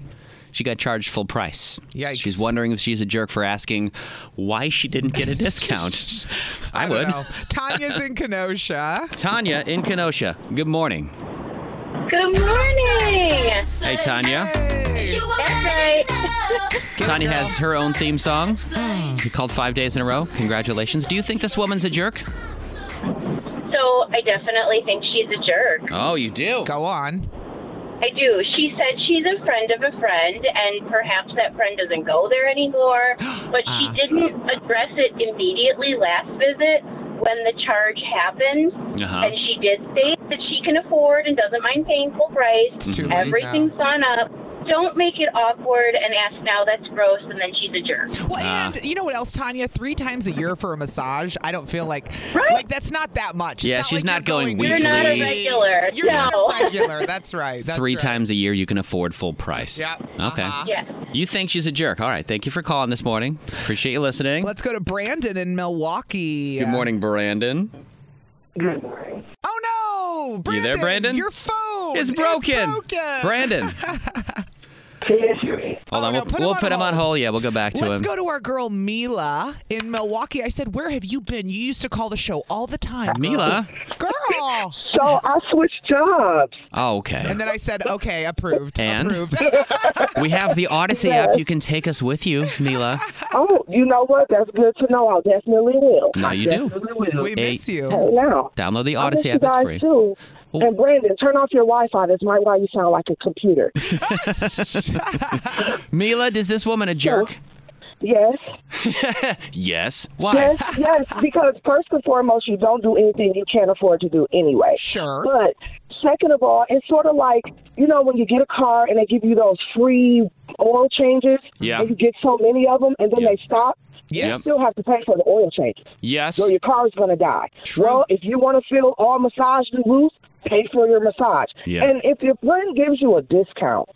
S3: she got charged full price.
S2: Yikes.
S3: She's wondering if she's a jerk for asking why she didn't get a discount. I,
S2: don't
S3: would.
S2: know. Tanya's in Kenosha.
S3: Tanya in Kenosha. Good morning.
S12: Good morning.
S3: Hey Tanya.
S12: That's right.
S3: Tanya has her own theme song. You called 5 days in a row. Congratulations. Do you think this woman's a jerk?
S12: So I definitely think she's a jerk.
S3: Oh, you do.
S2: Go on.
S12: I do. She said she's a friend of a friend, and perhaps that friend doesn't go there anymore. But she
S2: Ah.
S12: didn't address it immediately last visit when the charge happened.
S3: Uh-huh.
S12: And she did state that she can afford and doesn't mind paying full price.
S2: It's too late now.
S12: Everything's gone up. Don't make it awkward and ask now that's gross, and then she's a jerk.
S2: Well,
S3: Ah.
S2: and you know what else, Tanya? Three times a year for a massage, I don't feel like
S12: Right.
S2: like that's not that much. It's
S3: Yeah, she's
S2: like
S3: not
S2: you're
S3: going
S12: You're not a
S3: Weekly.
S12: regular.
S2: You're not
S12: no.
S2: a regular. That's right. That's
S3: Three
S2: right.
S3: times a year you can afford full price.
S2: Yep.
S3: Okay.
S2: Uh-huh.
S12: Yes.
S3: You think she's a jerk. All right. Thank you for calling this morning. Appreciate you listening.
S2: Let's uh, go to Brandon in Milwaukee.
S3: Good morning, Brandon.
S2: Oh no,
S3: You
S2: Brandon,
S3: there, Brandon?
S2: Your phone
S3: It's broken.
S2: broken.
S3: Brandon. Hold
S2: Oh, no,
S3: on. We'll
S2: put him
S3: we'll
S2: on
S3: put him on
S2: hold.
S3: hold. Yeah, we'll go back to
S2: Let's
S3: him.
S2: go to our girl Mila in Milwaukee. I said, "Where have you been? You used to call the show all the time." girl."
S3: Mila.
S2: girl.
S13: So I switched jobs.
S3: Oh, okay.
S2: And then I said, "Okay, approved,
S3: And?
S2: approved."
S3: We have the Odyssey app. You can take us with you, Mila.
S13: Oh, you know what? That's good to know. I definitely will.
S3: No, you do.
S13: Definitely will.
S2: we miss you.
S13: Hey, now.
S3: Download the
S13: I miss
S3: Odyssey
S13: you
S3: app. It's
S13: guys,
S3: free.
S13: Too.
S3: Oh.
S13: And Brandon, turn off your Wi-Fi. That's right why you sound like a computer.
S3: Mila, is this woman a jerk?
S13: yes,
S3: Yes. Why?
S13: yes, yes. Because first and foremost, you don't do anything you can't afford to do anyway.
S2: Sure.
S13: But second of all, it's sort of like you know when you get a car and they give you those free oil changes,
S3: Yeah.
S13: and you get so many of them, and then
S3: Yeah.
S13: they stop. You
S2: Yes.
S13: still have to pay for the oil changes.
S3: Yes.
S13: So your car is going to die.
S3: True.
S13: Well, if you want to feel all massaged and loose, pay for your massage.
S3: Yeah.
S13: And if your friend gives you a discount,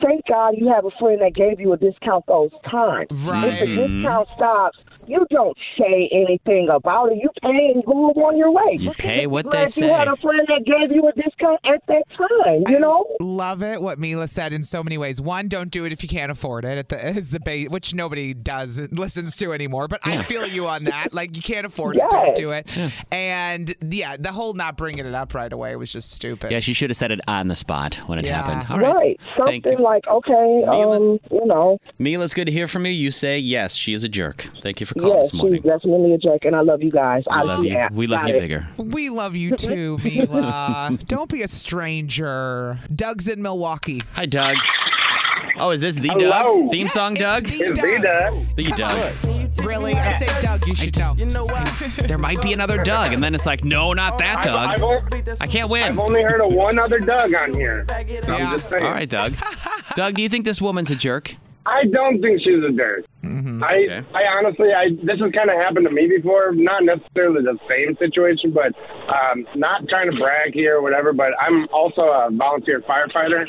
S13: thank God you have a friend that gave you a discount those times. If the
S2: Right.
S13: discount
S3: Mm-hmm.
S13: stops, you don't say anything about it. You pay and move on your way.
S3: You pay what they
S13: Glad You
S3: say.
S13: had a friend that gave you a discount at that time. You know.
S2: Love it what Mila said in so many ways. One, don't do it if you can't afford it. At the is the base, which nobody does listens to anymore. But I feel you on that. Like you can't afford it, don't
S13: Yes.
S2: do it. And yeah, the whole not bringing it up right away was just stupid.
S3: Yeah, she should have said it on the spot when it
S2: Yeah.
S3: happened. All right. Thank
S13: Something
S3: you.
S13: like okay, um, you know,
S3: Mila, it's good to hear from you. You say yes, she is a jerk. Thank you for calling
S13: yes,
S3: this morning.
S13: she's definitely a jerk, and I love you guys.
S3: We love you. We love you
S13: bigger.
S3: bigger.
S2: We love you too, Mila. don't be a stranger. Doug's in Milwaukee.
S3: Hi, Doug. Oh, is this the
S14: Hello.
S3: Doug? Theme song,
S2: It's
S3: Doug?
S2: the
S14: Be
S2: Doug.
S14: done.
S3: The Doug.
S2: Really? I say Doug, you should know.
S3: There might be another Doug, and then it's like, no, not that
S14: I've,
S3: Doug.
S14: only,
S3: I can't
S14: I've
S3: win. All
S14: only heard of one other Doug on here.
S2: Yeah.
S14: I'm just saying.
S3: right, Doug. Doug, do you think this woman's a jerk?
S14: I don't think she's a jerk. I,
S3: Okay.
S14: I honestly, I this has kind of happened to me before. Not necessarily the same situation, but um, not trying to brag here or whatever. But I'm also a volunteer firefighter,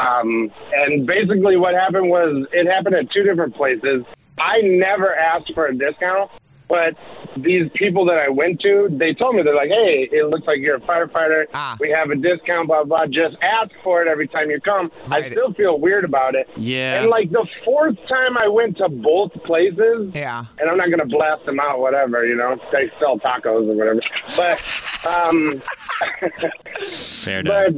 S14: Um, and basically, what happened was it happened at two different places. I never asked for a discount, but these people that I went to, they told me they're like, "Hey, it looks like you're a firefighter. We have a discount, blah blah. Just ask for it every time you come." I still feel weird about it.
S3: Yeah.
S14: And like the fourth time I went to both places,
S2: yeah.
S14: And I'm not gonna blast them out, whatever, you know. They sell tacos or whatever. But um
S3: Fair
S14: but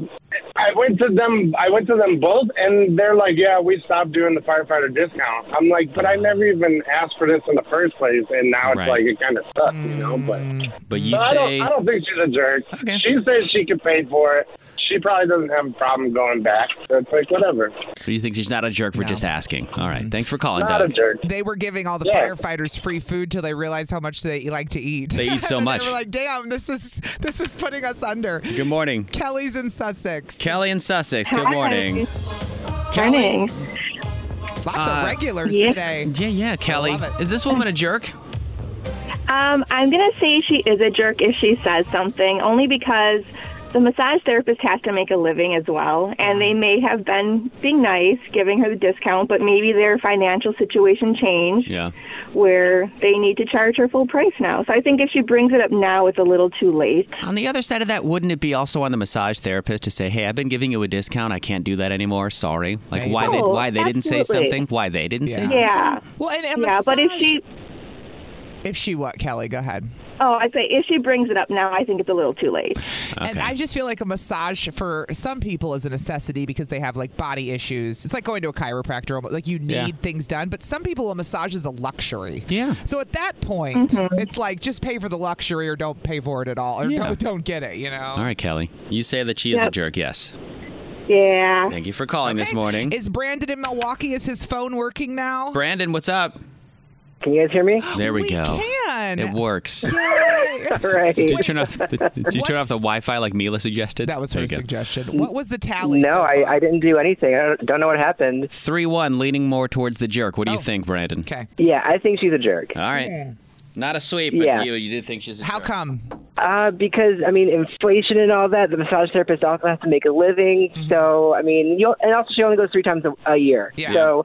S14: I went to them I went to them both and they're like, Yeah, we stopped doing the firefighter discount. I'm like, but I never even asked for this in the first place and now it's
S3: Right. Mm,
S14: like it kinda sucks, you know, but
S3: But you
S14: so I,
S3: say-
S14: don't, I don't think she's a jerk. She says she could pay for it. She probably doesn't have a problem going back. So it's like whatever.
S3: But you think she's not a jerk for just asking. All right. Thanks for calling, Doug.
S2: They were giving all the firefighters free food till they realized how much they like to eat.
S3: They eat so
S2: And
S3: much.
S2: They were like, "Damn, this is this is putting us under."
S3: Good morning.
S2: Kelly's in Sussex.
S3: Kelly in Sussex. Good
S2: Hi.
S3: morning.
S2: Morning. Lots
S3: Uh,
S2: of regulars
S15: Yeah.
S2: today.
S3: Yeah, yeah, Kelly. Is this woman a jerk?
S15: Um, I'm gonna say she is a jerk if she says something, only because the massage therapist has to make a living as well, and they may have been being nice, giving her the discount, but maybe their financial situation changed
S3: Yeah.
S15: where they need to charge her full price now. So I think if she brings it up now, it's a little too late.
S3: On the other side of that, wouldn't it be also on the massage therapist to say, "Hey, I've been giving you a discount. I can't do that anymore. Sorry." Like why they
S15: Oh,
S3: why they didn't say
S15: absolutely.
S3: something? Why they didn't say
S15: Yeah.
S3: something?
S2: Well, and, and
S15: yeah, but if
S2: massage-
S15: she,
S2: If she what, Kelly? Go ahead.
S15: oh, I say if she brings it up now, I think it's a little too late.
S2: And I just feel like a massage for some people is a necessity because they have like body issues. It's like going to a chiropractor, almost, like you need
S3: Yeah.
S2: things done. But some people, a massage is a luxury.
S3: Yeah.
S2: So at that point, it's like just pay for the luxury or don't pay for it at all or
S3: Yeah.
S2: don't, don't get it, you know?
S3: All right, Kelly. You say that she is a
S2: Yep.
S3: jerk. Yes.
S15: Yeah.
S3: Thank you for calling this morning.
S2: Is Brandon in Milwaukee? Is his phone working now?
S3: Brandon, what's up?
S9: Can you guys hear me?
S3: There we, go.
S2: can.
S3: It works.
S9: right.
S3: Did you turn off? Did, did you turn off the Wi-Fi like Mila suggested? That
S2: was
S3: her
S2: suggestion. What was the tally?
S9: No, Oh, I, I didn't do anything. I don't, don't know what happened.
S3: Three one, leaning more towards the jerk. What do you think, Brandon?
S2: Oh. Okay.
S9: Yeah, I think she's a jerk.
S3: All right. Not a sweep, but
S9: Yeah.
S3: you you did think she's a
S2: How
S3: jerk.
S2: come?
S9: Uh, because I mean, inflation and all that. The massage therapist also has to make a living.
S3: Mm-hmm.
S9: So I mean, you and also she only goes three times a, a year.
S2: Yeah.
S9: So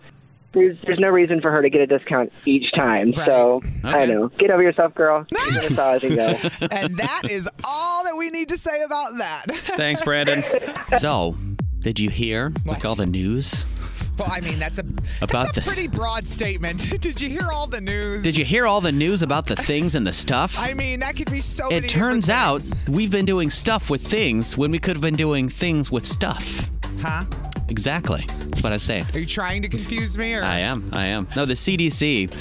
S9: there's there's no reason for her to get a discount each time. So I don't know. Get over yourself, girl. Get a massage and go.
S2: and that is all that we need to say about that.
S3: Thanks, Brandon. so, did you hear like all the news?
S2: Well, I mean, that's a
S3: About
S2: that's a
S3: this.
S2: pretty broad statement. Did you hear all the news?
S3: Did you hear all the news about the things and the stuff?
S2: I mean, that could be so.
S3: it
S2: many
S3: turns out we've been doing stuff with things when we could have been doing things with stuff.
S2: Huh?
S3: Exactly. That's what I'm saying.
S2: Are you trying to confuse me? Or
S3: I am. I am. No, the CDC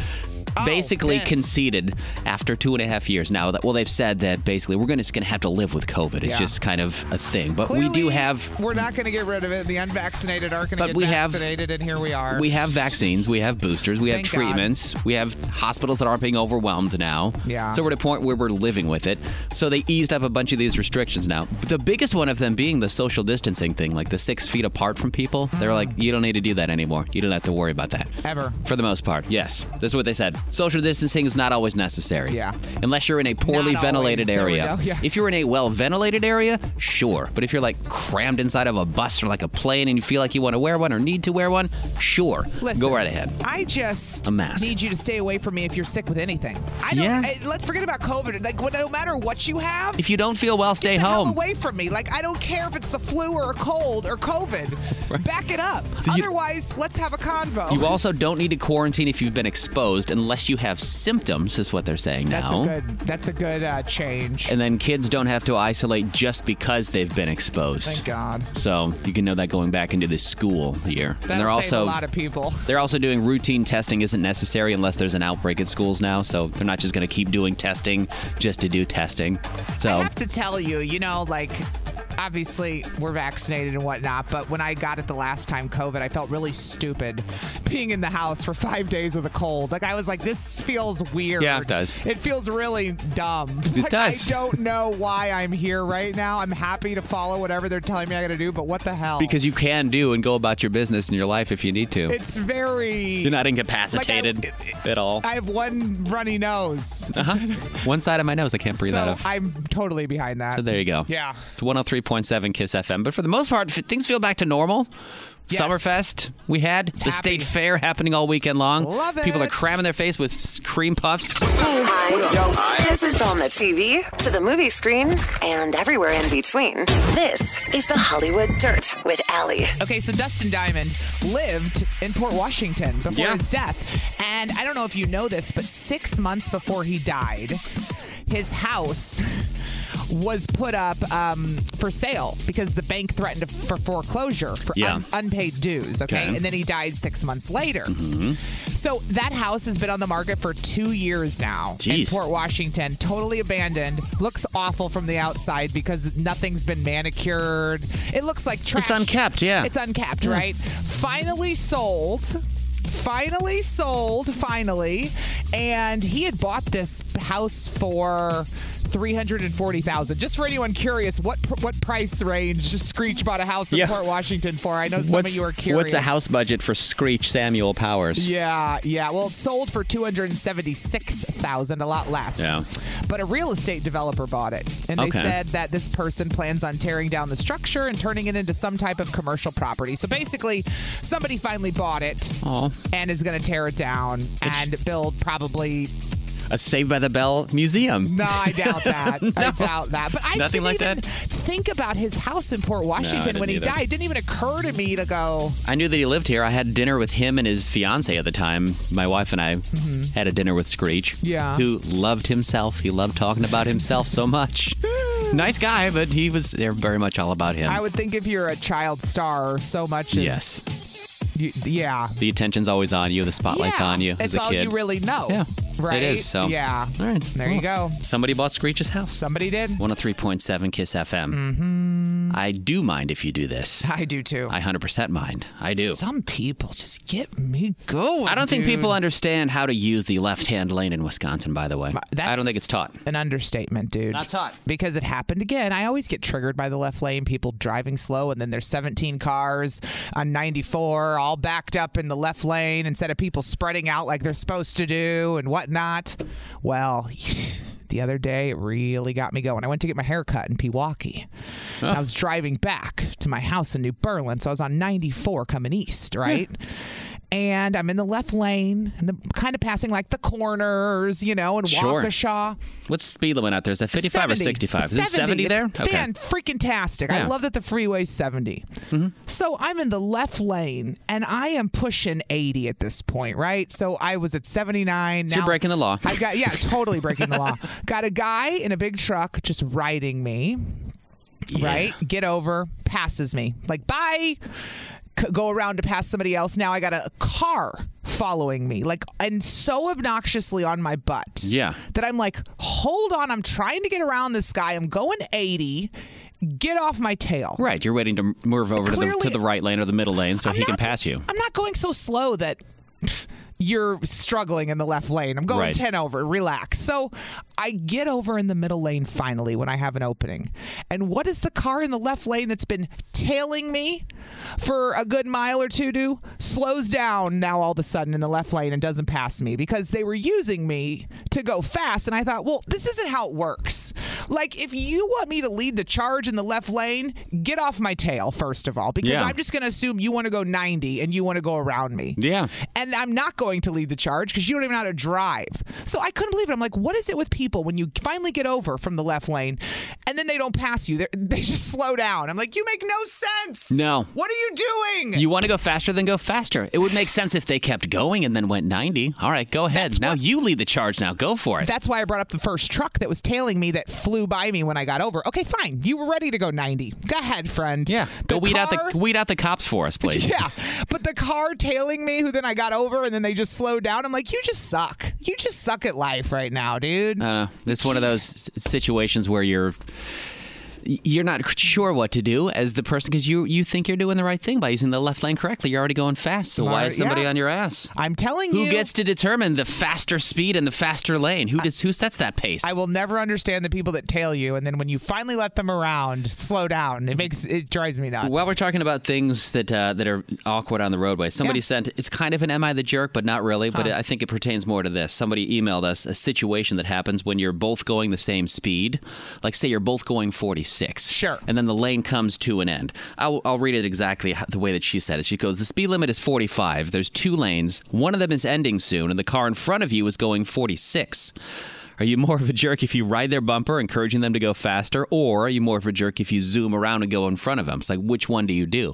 S3: basically
S2: Oh, yes.
S3: conceded after two and a half years now that well they've said that basically we're gonna, just going to have to live with covid it's
S2: Yeah.
S3: just kind of a thing but we do
S2: Clearly,
S3: have
S2: We're not going to get rid of it. The unvaccinated aren't going
S3: But
S2: to get
S3: we have-
S2: vaccinated, and here we are.
S3: we have vaccines we have boosters we have
S2: Thank God.
S3: treatments we have hospitals that aren't being overwhelmed now
S2: Yeah.
S3: so we're at a point where we're living with it so they eased up a bunch of these restrictions now the biggest one of them being the social distancing thing like the six feet apart from people they're like you don't need to do that anymore you don't have to worry about that
S2: ever.
S3: For the most part, yes. This is what they said. Social distancing is not always necessary. Yeah. Unless you're in a poorly
S2: Not
S3: ventilated
S2: always. There we
S3: area.
S2: go. Yeah.
S3: If you're in a well ventilated area, sure. But if you're like crammed inside of a bus or like a plane and you feel like you want to wear one or need to wear one, sure.
S2: Listen,
S3: Go right ahead.
S2: I just
S3: A mask.
S2: need you to stay away from me if you're sick with anything. I don't,
S3: Yeah.
S2: I- let's forget about COVID. Like, what- no matter what you have,
S3: If you don't feel well, stay home.
S2: away from me. Like, I don't care if it's the flu or a cold or COVID. Back it up. Otherwise, let's have a convo.
S3: You also don't need to quarantine if you've been exposed unless you have symptoms, is what they're saying
S2: That's
S3: now.
S2: a good. That's a good uh, change.
S3: and then kids don't have to isolate just because they've been exposed.
S2: Thank God.
S3: So you can know that going back into the school year.
S2: That'll
S3: and they're
S2: save
S3: also
S2: a lot of people.
S3: They're also doing routine testing isn't necessary unless there's an outbreak at schools now, so they're not just going to keep doing testing just to do testing. So
S2: I have to tell you, you know, like obviously we're vaccinated and whatnot, but when I got it the last time COVID, I felt really stupid being in the house for five days with a cold. Like I was like, this feels weird.
S3: Yeah, it does.
S2: It feels really dumb.
S3: It
S2: Like,
S3: does.
S2: I don't know why I'm here right now. I'm happy to follow whatever they're telling me I got to do, but what the hell?
S3: because you can do and go about your business and your life if you need to.
S2: it's very.
S3: You're not incapacitated at all.
S2: I have one runny nose.
S3: uh-huh. One side of my nose I can't Uh-huh. breathe
S2: so
S3: out of.
S2: I'm totally behind that.
S3: so there you go.
S2: Yeah.
S3: It's 103.7 103.7 Kiss FM. But for the most part, f- things feel back to normal. Summerfest we had, the state fair happening all weekend long. Love it. People are cramming their face with s- cream puffs.
S1: This is on the TV, to the movie screen, and everywhere in between. This is the Hollywood Dirt with Allie.
S2: Okay, so Dustin Diamond lived in Port Washington before
S1: Yeah.
S2: his death. And I don't know if you know this, but six months before he died, his house was put up um, for sale because the bank threatened to- for foreclosure for
S16: Yeah.
S2: un- unpaid dues. Okay?
S16: Okay. Mm-hmm.
S2: And then he died six months later. So that house has been on the market for two years now in
S16: Jeez.
S2: Port Washington, totally abandoned. Looks awful from the outside because nothing's been manicured. It looks like trash. It's
S3: uncapped, yeah.
S2: It's uncapped,
S3: Yeah.
S2: right? Finally sold. Finally sold, finally. And he had bought this house for 340,000. Just for anyone curious, what pr- what price range Screech bought a house in
S3: Yeah.
S2: Port Washington for? I know some
S3: what's,
S2: of you are curious.
S3: what's a house budget for Screech Samuel Powers?
S2: Yeah, yeah. Well, it sold for two hundred seventy-six thousand, a lot less.
S3: Yeah.
S2: But a real estate developer bought it, and they
S3: Okay.
S2: said that this person plans on tearing down the structure and turning it into some type of commercial property. So basically, somebody finally bought it
S3: Aw.
S2: and is going to tear it down and build probably.
S3: A Saved by the Bell museum.
S2: No, I doubt that. I doubt that. But I didn't
S3: Nothing like
S2: even
S3: that?
S2: think about his house in Port Washington
S3: didn't
S2: when he
S3: either.
S2: died. It didn't even occur to me to go.
S3: I knew that he lived here. I had dinner with him and his fiance at the time. My wife and I had a dinner with Screech,
S2: Mm-hmm. Yeah.
S3: who loved himself. He loved talking about himself so much. nice guy, but he was they're very much all about him.
S2: I would think if you're a child star, so much is
S3: yes,
S2: You- yeah.
S3: the attention's always on you. The spotlight's
S2: yeah.
S3: on you
S2: It's
S3: as a
S2: all
S3: kid.
S2: you really know. Yeah. Right.
S3: It is, so-
S2: Yeah.
S3: All right.
S2: There you go.
S3: Somebody bought Screech's house.
S2: Somebody did.
S3: 103.7 Kiss FM. I do mind if you do this.
S2: I do too.
S3: I 100% mind. I do.
S2: Some people just get me going.
S3: I don't think
S2: dude.
S3: people understand how to use the left hand lane in Wisconsin, by the way. I don't think it's taught.
S2: An understatement, dude. Not
S3: taught.
S2: Because it happened again. I always get triggered by the left lane, people driving slow, and then there's 17 cars on 94 all backed up in the left lane instead of people spreading out like they're supposed to do and whatnot. Well, the other day it really got me going. I went to get my hair cut in Pewaukee. And I was driving back to my house in New Berlin, so I was on 94 coming east, right? And I'm in the left lane and the kind of passing like the corners, you know, and
S3: Sure.
S2: Waukesha.
S3: What's speed limit out there? Is that 55 or 65? Is
S2: 70.
S3: it 70 there?
S2: It's Fan freaking tastic. I
S3: Yeah. Mm-hmm.
S2: love that the freeway's 70. So I'm in the left lane and I am pushing 80 at this point, right? So I was at 79.
S3: So you're
S2: now
S3: breaking the law.
S2: I've got, yeah, totally breaking the law. Got a guy in a big truck just riding me, right? Get over, passes me. Like, bye. C- go around to pass somebody else. Now I got a car following me, like, and so obnoxiously on my butt
S3: Yeah.
S2: that I'm like, hold on, I'm trying to get around this guy. I'm going 80. Get off my tail.
S3: Right. You're waiting to move over to the, to the right lane or the middle lane so he can pass you.
S2: I'm not going so slow that you're struggling in the left lane. I'm going
S3: Right.
S2: 10 over. Relax. So I get over in the middle lane finally when I have an opening. And what is the car in the left lane that's been tailing me for a good mile or two do? Slows down now all of a sudden in the left lane and doesn't pass me because they were using me to go fast. And I thought, well, this isn't how it works. Like, if you want me to lead the charge in the left lane, get off my tail, first of all, because
S16: Yeah.
S2: I'm just going to assume you want to go 90 and you want to go around me.
S3: Yeah.
S2: And I'm not going to lead the charge because you don't even know how to drive. So I couldn't believe it. I'm like, what is it with people when you finally get over from the left lane and then they don't pass you? They're, they just slow down. I'm like, you make no sense.
S3: No.
S2: What are you doing?
S3: You want to go faster, then go faster. It would make sense if they kept going and then went 90. All right, go ahead. now you lead the charge now. Go for it.
S2: That's why I brought up the first truck that was tailing me that flew by me when I got over. Okay, fine. You were ready to go 90. Go ahead, friend. Yeah.
S3: go weed out the weed out the cops for us, please.
S2: Yeah, but the car tailing me, who then I got over, and then they just slowed down. I'm like, you just suck. You just suck at life right now, dude.
S3: I don't know. It's one of those s- situations where you're you're not sure what to do as the person because you you think you're doing the right thing by using the left lane correctly. You're already going fast, so why
S2: Smart.
S3: is somebody
S2: Yeah.
S3: on your ass?
S2: I'm telling
S3: Who
S2: you.
S3: gets to determine the faster speed and the faster lane? Who does, who sets that pace?
S2: I will never understand the people that tail you, and then when you finally let them around, slow down. It makes it drives me nuts.
S3: While we're talking about things that uh, that are awkward on the roadway, somebody sent it's kind of an "Am I the jerk?" but not really. But I think it pertains more to this. Somebody emailed us a situation that happens when you're both going the same speed. Like, say you're both going 46, 36. Sure. And then the lane comes to an end. I'll, I'll read it exactly h- the way that she said it. She goes, The speed limit is 45. There's two lanes. One of them is ending soon, and the car in front of you is going 46. Are you more of a jerk if you ride their bumper, encouraging them to go faster, or are you more of a jerk if you zoom around and go in front of them? It's like, which one do you do?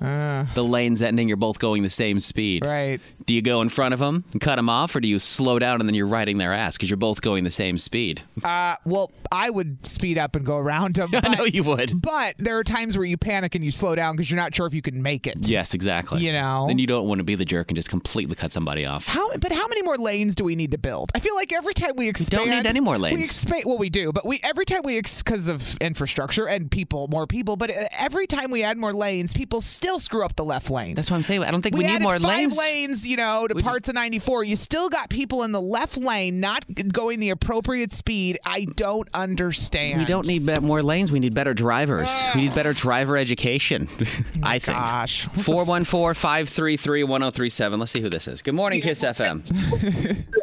S3: the lane's ending, you're both going the same speed. Uh. Right. Do you go in front of them and cut them off, or do you slow down and then you're riding their ass because you're both going the same speed?
S2: Uh, well, I would speed up and go around them. But,
S3: I know you would.
S2: But there are times where you panic and you slow down because you're not sure if you can make it.
S3: Yes, exactly.
S2: You know.
S3: Then you don't want to be the jerk and just completely cut somebody off.
S2: How, but how many more lanes do we need to build? I feel like every time we expand,
S3: need any more lanes.
S2: We expand. Well, we do, but we every time we because of infrastructure and people, more people. But uh, every time we add more lanes, people still screw up the left lane. That's
S3: what I'm saying. I don't think we need
S2: added
S3: more
S2: five
S3: lanes.
S2: You know, to parts of 94, you still got people in the left lane not going the appropriate speed. I don't understand.
S3: We don't need be- more lanes. We need better drivers.
S2: Ah.
S3: We need better driver education,
S2: Oh
S3: I think. Gosh. 414 533 1037. Let's see who this is. Good morning, Kiss FM.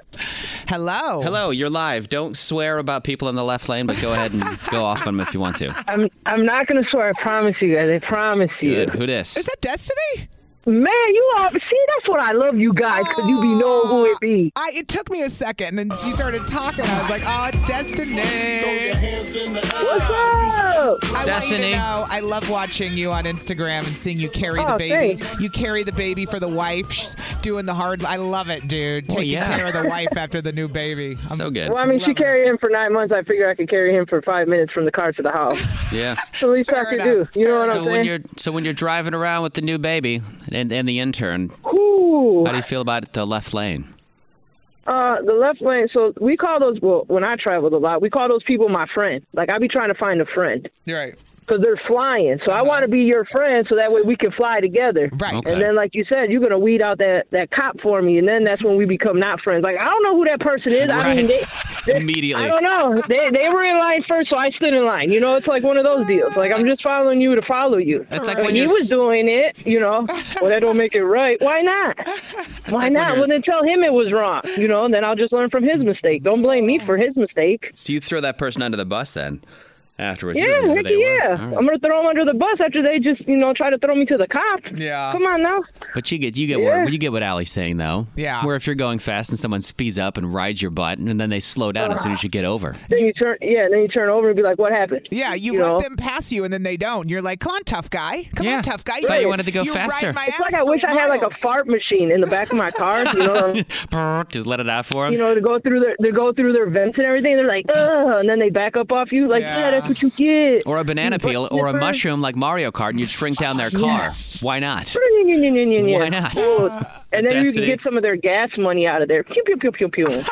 S2: Hello.
S3: Hello, you're live. Don't swear about people in the left lane, but go ahead and go off on them if you want to.
S9: I'm I'm not gonna swear. I promise you guys. I promise you.
S3: Good. Who dis?
S2: Is that Destiny?
S9: Man, you are. See, that's what I love you guys because you be know who it be.
S2: Oh, I, it took me a second, and you started talking. I was like, "Oh, it's Destiny."
S9: What's up?
S2: I Want you
S3: Destiny.
S2: to know, I love watching you on Instagram and seeing you carry the
S9: Oh,
S2: baby. You carry the baby for the wife, sh- doing the hard. I love it, dude. Taking
S9: yeah.
S2: care of the wife after the new baby. I'm, so
S3: good.
S9: Well, I mean, she carried him for nine months. I figured I could carry him for five minutes from the car to the house.
S3: Yeah.
S9: That's the least I could do. You know what
S3: so
S9: I'm
S3: when
S9: saying?
S3: you're so when you're driving around with the new baby and, and the intern,
S9: Ooh.
S3: how do you feel about the left lane?
S9: Uh, the left lane. So we call those. Well, when I traveled a lot, we call those people my friend. Like I be trying to find a friend.
S2: You're right.
S9: Because they're flying, so I want to be your friend, so that way we can fly together.
S2: Right.
S9: And then, like you said, you're gonna weed out that that cop for me, and then that's when we become not friends. Like I don't know who that person is. I mean, they,
S3: Immediately.
S9: I don't know. They they were in line first, so I stood in line. You know, it's like one of those deals. Like I'm just following you to follow you.
S3: It's like
S9: and
S3: when
S9: he
S3: you're
S9: was
S3: s-
S9: doing it. You know, well that don't make it right. Why not? Why not? Well then tell him it was wrong. You know, and then I'll just learn from his mistake. Don't blame me for his mistake.
S3: So you throw that person under the bus then afterwards. You
S9: Yeah,
S3: don't know who
S9: heck
S3: they were.
S9: yeah.
S3: All right.
S9: I'm gonna throw them under the bus after they just you know try to throw me to the cop.
S2: Yeah.
S9: Come on now.
S3: But you get you get
S9: Yeah.
S3: where you get what Allie's saying though.
S9: Yeah.
S3: Where if you're going fast and someone speeds up and rides your butt and then they slow down as soon as you get over.
S9: Then you turn yeah, then you turn over and be like, what happened?
S2: Yeah, you, let them pass you, and then they don't. You're like, "Come on, tough guy. Come on, tough guy."
S3: Thought you wanted to go
S2: ride
S3: faster.
S2: my
S9: It's
S2: ass
S9: like I
S2: for
S9: wish I had like a fart machine in the back of my car. You know.
S3: Just let it out for him.
S9: you know, to go through their they go through their vents and everything. They're like, ugh, and then they back up off you. Like, yeah, that's what you get.
S3: or a banana peel or a mushroom like Mario Kart and you shrink down their car. Why not? Why
S9: Why
S3: not?
S9: and then you
S3: Destiny.
S9: can get some of their gas money out of there. Pew pew pew pew pew.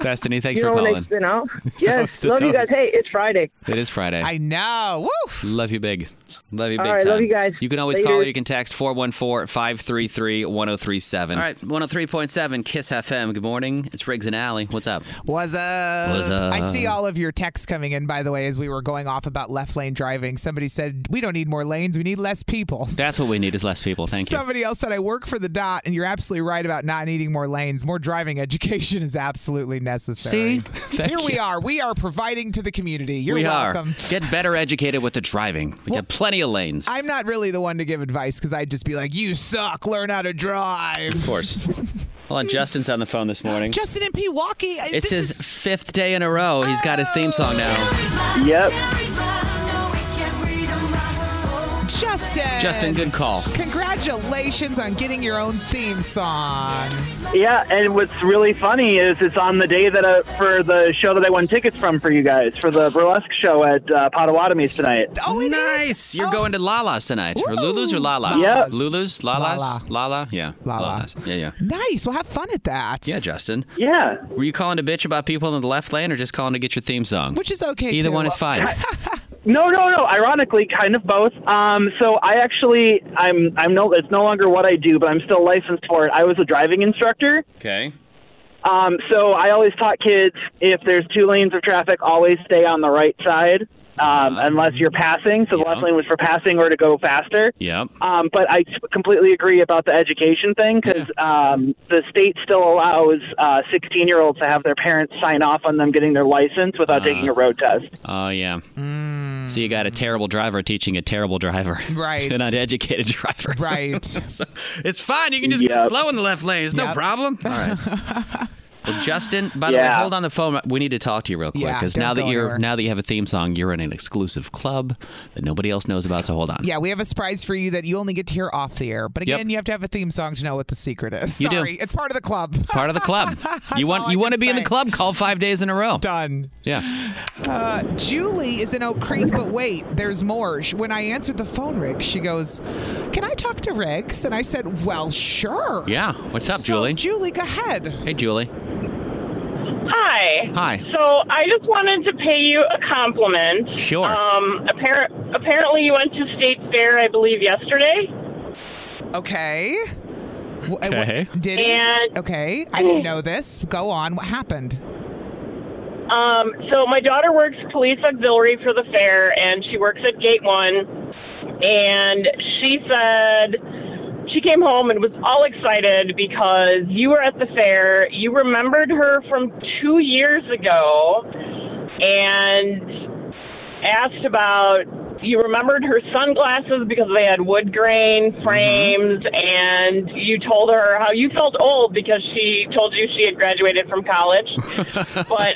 S3: Destiny, thanks
S9: you know
S3: for
S9: when they
S3: calling.
S9: spin out.
S3: That
S9: yes,
S3: was the
S9: love you
S3: song.
S9: guys. Hey, it's Friday.
S3: It is Friday.
S2: I know. Woof.
S3: Love you big. Love you
S9: All
S3: big
S9: right,
S3: time.
S9: love you guys.
S3: You can always
S9: Later.
S3: call or you can text 414-533-1037. All right, 103.7 Kiss FM. Good morning. It's Riggs and Alley. What's up?
S2: What's up?
S3: What's up?
S2: Uh, I see all of your texts coming in, by the way, as we were going off about left lane driving. Somebody said, We don't need more lanes, we need less people.
S3: That's what we need is less people. Thank you.
S2: Somebody else said, I work for the dot, and you're absolutely right about not needing more lanes. More driving education is absolutely necessary.
S3: See? Thank
S2: Here we
S3: you.
S2: are. We are providing to the community. You're
S3: we
S2: welcome.
S3: are. Get better educated with the driving. We got plenty of lanes.
S2: I'm not really the one to give advice because I'd just be like, You suck, learn how to drive.
S3: Of course. Hold on, Justin's on the phone this morning.
S2: Justin and uh, P. Walkie.
S3: it's his fifth day in a row. He's got his theme song now.
S9: Yep.
S2: Justin.
S3: Justin, good call.
S2: Congratulations on getting your own theme song.
S16: Yeah, and what's really funny is it's on the day that uh, for the show that I won tickets from for you guys for the burlesque show at uh, Potawatomi's tonight.
S2: Oh,
S3: nice! You're going to Lala's tonight, or Lulu's or Lala's?
S16: Yep.
S3: Lulu's, Lala's,
S2: Lala.
S3: Lala, yeah, Lala's, yeah, yeah,
S2: Nice. Well, have fun at that.
S3: yeah. Justin,
S16: yeah.
S3: Were you calling to bitch about people in the left lane, or just calling to get your theme song?
S2: Which is okay.
S3: Either
S2: too.
S3: one is fine.
S16: No, no, no. Ironically, kind of both. Um, so I actually, I'm, I'm no, it's no longer what I do, but I'm still licensed for it. I was a driving instructor.
S3: okay.
S16: Um, so I always taught kids if there's two lanes of traffic, always stay on the right side. um, unless you're passing. So the left lane was for passing or to go faster.
S3: Yep.
S16: Um, but I completely agree about the education thing because um, the state still allows 16 year olds to have their parents sign off on them getting their license without
S3: Uh.
S16: taking a road test.
S3: Oh yeah. So you got a terrible driver teaching a terrible driver,
S2: Mm. Right.
S3: an uneducated driver,
S2: right?
S3: so it's fine. You can just
S2: Yep.
S3: go slow in the left lane. It's no
S2: Yep.
S3: problem. All right. Well, Justin, by the way,
S2: Yeah.
S3: hold on the phone. We need to talk to you real quick
S2: Yeah,
S3: because
S2: don't
S3: now that
S2: go
S3: you're
S2: anywhere.
S3: now that you have a theme song, you're in an exclusive club that nobody else knows about. So hold on.
S2: Yeah, we have a surprise for you that you only get to hear off the air. But
S3: Yep.
S2: again, you have to have a theme song to know what the secret is.
S3: You do.
S2: Sorry, it's part of the club.
S3: Part of the club. you want you want to be in the club? Call five days in a row.
S2: Done.
S3: Yeah.
S2: Uh, Julie is in Oak Creek, but wait, there's more. She- When I answered the phone, Rick, she goes, "Can I talk to Riggs?" And I said, "Well, sure."
S3: Yeah. What's up,
S2: So,
S3: Julie?
S2: Julie, go ahead.
S3: Hey, Julie.
S17: Hi.
S3: Hi.
S17: So I just wanted to pay you a compliment.
S3: Sure.
S17: Um, appar- apparently, you went to State Fair, I believe, yesterday.
S2: Okay. W- uh, what-
S3: Okay.
S2: Did he? Okay. I didn't know this. Go on. What happened?
S17: Um, so my daughter works police auxiliary for the fair, and she works at Gate One. And she said she came home and was all excited because you were at the fair. You remembered her from two years ago, and asked about. You remembered her sunglasses because they had wood grain frames, and you told her how you felt old because she told you she had graduated from college but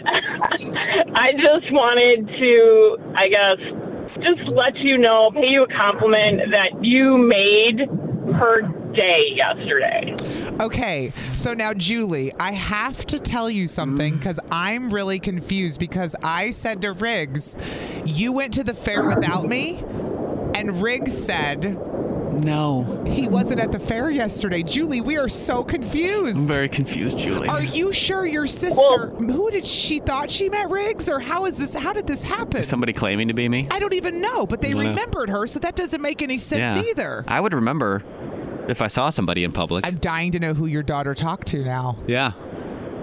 S17: I just wanted to, I guess, just let you know, pay you a compliment that you made her day yesterday.
S2: Okay, so now Julie, I have to tell you something
S3: Mm.
S2: because I'm really confused because I said to Riggs, you went to the fair without me, and Riggs said,
S3: no,
S2: he wasn't at the fair yesterday. Julie, we are so confused.
S3: I'm very confused, Julie.
S2: Are you sure your sister? who did she thought she met Riggs, or how is this? How did this happen?
S3: Is somebody claiming to be me?
S2: I don't even know, but they
S3: I don't know.
S2: remembered her, so that doesn't make any sense
S3: yeah.
S2: either.
S3: I would remember if I saw somebody in public.
S2: I'm dying to know who your daughter talked to now.
S3: yeah.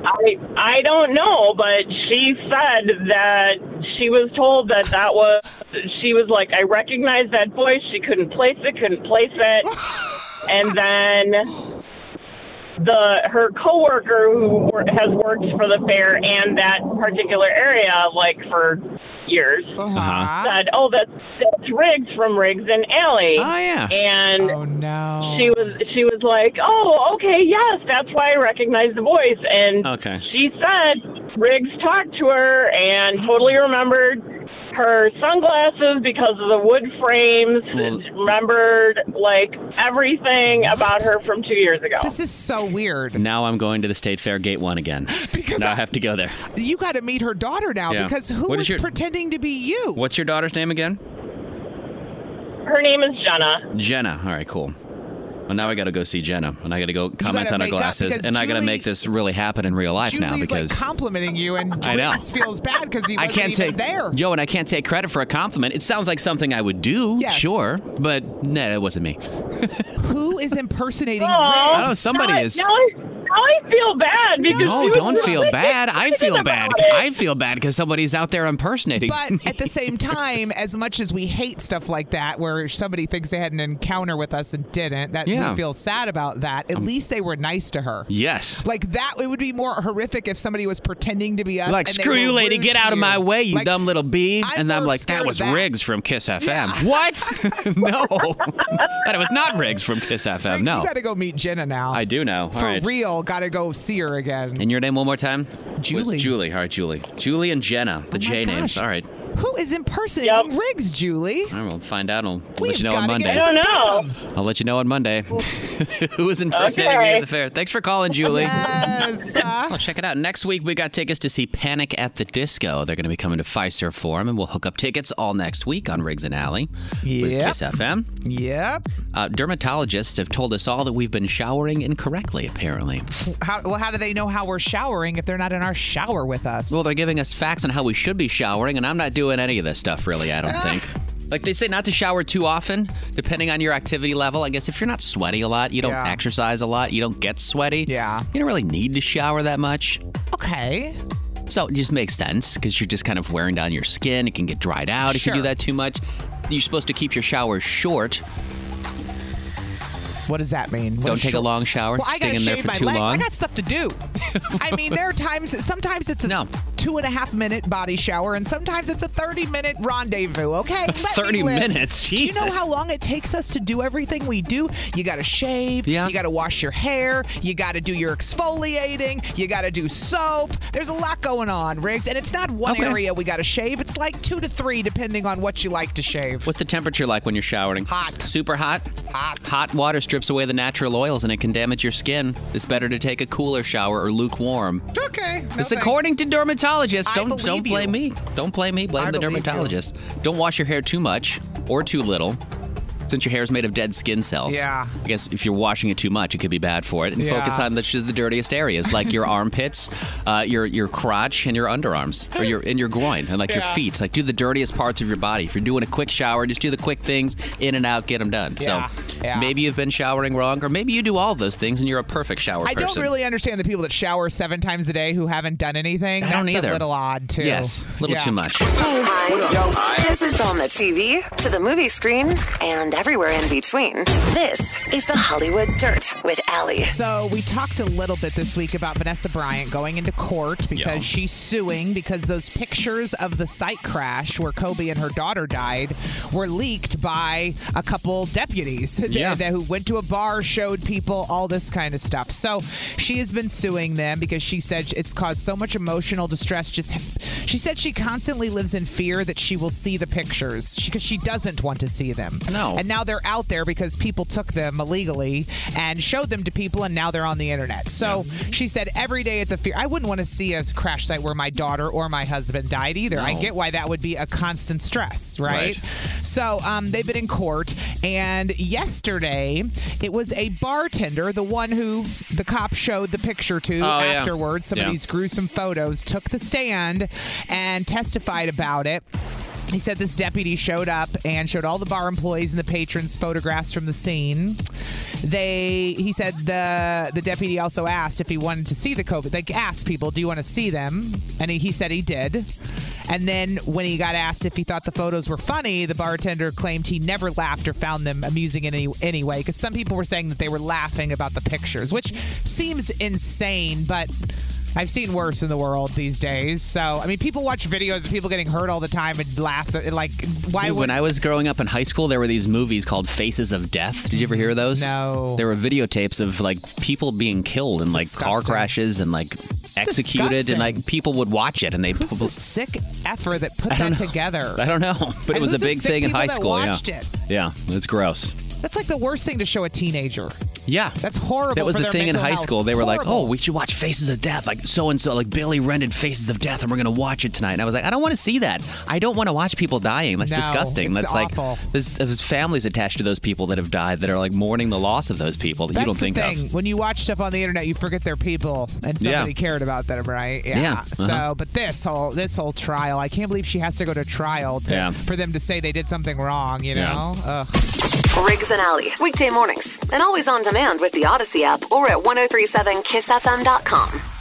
S17: I I don't know, but she said that she was told that that was she was like I recognize that voice. She couldn't place it, couldn't place it, and then the her coworker who wor- has worked for the fair and that particular area like for years
S2: Uh-huh.
S17: said, "Oh, that's that's Riggs from Riggs and Alley."
S2: Oh, yeah.
S17: and
S2: oh no,
S17: she was she was like, "Oh, okay, yes, that's why I recognize the voice." And
S3: Okay.
S17: she said Riggs talked to her and totally remembered her sunglasses because of the wood frames.
S3: Well-
S17: remembered like everything about her from two years ago.
S2: This is so weird.
S3: Now I'm going to the State Fair Gate 1 again. because now I, have to go there.
S2: You got to meet her daughter now
S3: Yeah.
S2: because who
S3: What is
S2: was
S3: your-
S2: pretending to be you?
S3: What's your daughter's name again?
S17: Her name is Jenna.
S3: Jenna. All right, cool. Well, now I got to go see Jenna, and I got to go comment
S2: gotta
S3: on her
S2: make up
S3: glasses,
S2: because
S3: and I got to
S2: Julie-
S3: make this really happen in real life
S2: Julie's
S3: now because
S2: like complimenting you, and
S3: I know.
S2: Riggs feels bad because he
S3: I
S2: wasn't
S3: can't
S2: even
S3: take
S2: there.
S3: Joe, and I can't take credit for a compliment. It sounds like something I would do,
S2: Yes.
S3: sure, but nah, it wasn't me.
S2: Who is impersonating Riggs?
S3: I know somebody
S17: Oh, now, I-
S3: is.
S17: Now I, now I feel bad because she
S3: No,
S17: was
S3: don't feel
S17: really
S3: bad. I
S17: excited
S3: feel
S17: about
S3: bad.
S17: it.
S3: I feel bad because somebody's out there impersonating.
S2: But at the same time, as much as we hate stuff like that, where somebody thinks they had an encounter with us and didn't, that
S3: Yeah. Um,
S2: we feel sad about that. At least they were nice to her.
S3: yes.
S2: Like that, it would be more horrific if somebody was pretending to be us.
S3: Like,
S2: and they
S3: screw
S2: were
S3: you, lady,
S2: rude
S3: get
S2: to
S3: out of
S2: you."
S3: my way, you
S2: Like,
S3: dumb little bee. and I'm
S2: more
S3: like, that
S2: scared
S3: was
S2: of that.
S3: Riggs from Kiss FM. What? no. that was not Riggs from Kiss FM.
S2: Riggs,
S3: no.
S2: you got to go meet Jenna now.
S3: I do know. All
S2: For
S3: right.
S2: real, got to go see her again.
S3: And your name one more time?
S2: Julie. Oh
S3: Was Julie. All right, Julie. Julie and Jenna, the J names.
S2: gosh.
S3: All right.
S2: Who is impersonating Riggs, Julie?
S3: All right, we'll find out. I'll
S2: We've
S3: let you know on
S2: gotta
S3: Monday.
S2: get to the
S3: I'll let you know on Monday who was impersonating me
S2: Okay.
S3: at the fair. Thanks for calling, Julie.
S2: Yes.
S3: Well, check it out. Next week, we got tickets to see Panic at the Disco. They're going to be coming to Pfizer Forum, and we'll hook up tickets all next week on Riggs and Alley with
S2: Yep.
S3: Kiss FM.
S2: Yep.
S3: Uh, dermatologists have told us all that we've been showering incorrectly, apparently.
S2: How, well, how do they know how we're showering if they're not in our shower with us?
S3: Well, they're giving us facts on how we should be showering, and I'm not doing any of this stuff, really, I don't think. Like they say, not to shower too often, depending on your activity level. I guess if you're not sweaty a lot, you don't
S2: Yeah.
S3: exercise a lot, you don't get sweaty. Yeah. You don't really need to shower that much.
S2: Okay.
S3: So it just makes sense because you're just kind of wearing down your skin. It can get dried out if you do that too much. You're supposed to keep your showers short.
S2: What does that mean? What
S3: Don't
S2: is
S3: take a
S2: short-
S3: long shower.
S2: Well, I
S3: Stay
S2: gotta
S3: in there
S2: shave
S3: for
S2: my
S3: too
S2: legs. I
S3: long.
S2: got stuff to do. I mean, there are times. Sometimes it's a two and a half minute body shower, and sometimes it's a thirty minute rendezvous. Okay, Let me
S3: 30
S2: live.
S3: minutes?
S2: Do you know
S3: Jesus.
S2: how long it takes us to do everything we do? You gotta shave. Yeah. You gotta wash your hair. You gotta do your exfoliating. You gotta do soap. There's a lot going on, Riggs, and it's not one area we gotta shave. It's like two to three, depending on what you like to shave.
S3: What's the temperature like when you're showering? Hot. Super hot?
S2: Hot.
S3: Hot water strips away the natural oils and it can damage your skin. It's better to take a cooler shower or lukewarm.
S2: Okay. No
S3: it's according to dermatologists.
S2: I
S3: Don't
S2: believe
S3: don't blame
S2: you.
S3: me. Don't blame me. Blame
S2: I
S3: the
S2: believe you.
S3: dermatologist. Don't wash your hair too much or too little. Since your hair is made of dead skin cells,
S2: Yeah.
S3: I guess if you're washing it too much, it could be bad for it. And
S2: Yeah.
S3: focus on the, the dirtiest areas, like your armpits, uh, your your crotch, and your underarms, or your and your groin, and like your
S2: Yeah.
S3: feet. Like do the dirtiest parts of your body. If you're doing a quick shower, just do the quick things in and out, get them done.
S2: Yeah.
S3: So
S2: Yeah.
S3: maybe you've been showering wrong, or maybe you do all of those things and you're a perfect shower
S2: I
S3: person.
S2: don't really understand the people that shower seven times a day who haven't done anything.
S3: I don't
S2: That's
S3: either.
S2: a little odd, too.
S3: Yes, a little
S2: Yeah.
S3: too much.
S1: This is on the TV, to the movie screen, and everywhere in between. This is the Hollywood Dirt with Allie.
S2: So we talked a little bit this week about Vanessa Bryant going into court because she's suing because those pictures of the site crash where Kobe and her daughter died were leaked by a couple deputies that-
S8: Yeah.
S2: that- who went to a bar, showed people all this kind of stuff. So she has been suing them because she said it's caused so much emotional distress. Just she said she constantly lives in fear that she will see the pictures because she doesn't want to see them. No, and now they're out there because people took them illegally and showed them to people, and now they're on the internet. So she said every day it's a fear. I wouldn't want to see a crash site where my daughter or my husband died either. I
S8: No.
S2: get why that would be a constant stress,
S8: Right.
S2: right? So um, they've been in court, and yesterday it was a bartender, the one who the cop showed the picture to
S8: Oh, yeah.
S2: afterwards, some
S8: Yeah.
S2: of these gruesome photos, took the stand and testified about it. He said this deputy showed up and showed all the bar employees and the patrons photographs from the scene. They, he said the the deputy also asked if he wanted to see the COVID. They asked people, "Do you want to see them?" And he, he said he did. And then when he got asked if he thought the photos were funny, the bartender claimed he never laughed or found them amusing in any, any way because some people were saying that they were laughing about the pictures, which seems insane, but. I've seen worse in the world these days. So, I mean, people watch videos of people getting hurt all the time and laugh. and, Like, why
S3: Dude,
S2: would
S3: when I was growing up in high school, there were these movies called Faces of Death. Did you ever hear of those? No. There were videotapes of like people being killed in like car crashes and like executed,
S2: disgusting.
S3: and like people would watch it and they.
S2: who's the sick effer that put
S3: I don't
S2: that
S3: know.
S2: together?
S3: I don't know, but it
S2: And
S3: was a
S2: who's the
S3: big
S2: sick
S3: thing in
S2: people
S3: high
S2: that
S3: school.
S2: watched
S3: yeah,
S2: it?
S3: yeah, it's gross.
S2: That's like the worst thing to show a teenager.
S3: Yeah,
S2: that's horrible.
S3: That was
S2: for
S3: the
S2: their
S3: thing in
S2: mental
S3: high
S2: health.
S3: school. They were like,
S2: Horrible.
S3: "Oh, we should watch Faces of Death." Like so and so, like Billy rented Faces of Death, and we're gonna watch it tonight. And I was like, "I don't want to see that. I don't want to watch people dying. That's
S2: No,
S3: disgusting.
S2: it's
S3: That's
S2: awful.
S3: like there's, there's families attached to those people that have died that are like mourning the loss of those people that
S2: That's
S3: "Oh, you don't
S2: the
S3: think
S2: thing.
S3: of."
S2: When you watch stuff on the internet, you forget they're people and somebody
S3: Yeah.
S2: cared about them, right?
S3: Yeah,
S2: So,
S3: uh-huh.
S2: but this whole this whole trial, I can't believe she has to go to trial to,
S3: Yeah.
S2: for them to say they did something wrong. You
S3: Yeah.
S2: know. Ugh.
S1: Riggs and Alley, oh weekday mornings, and always on demand with the Odyssey app or at 1037kissfm.com.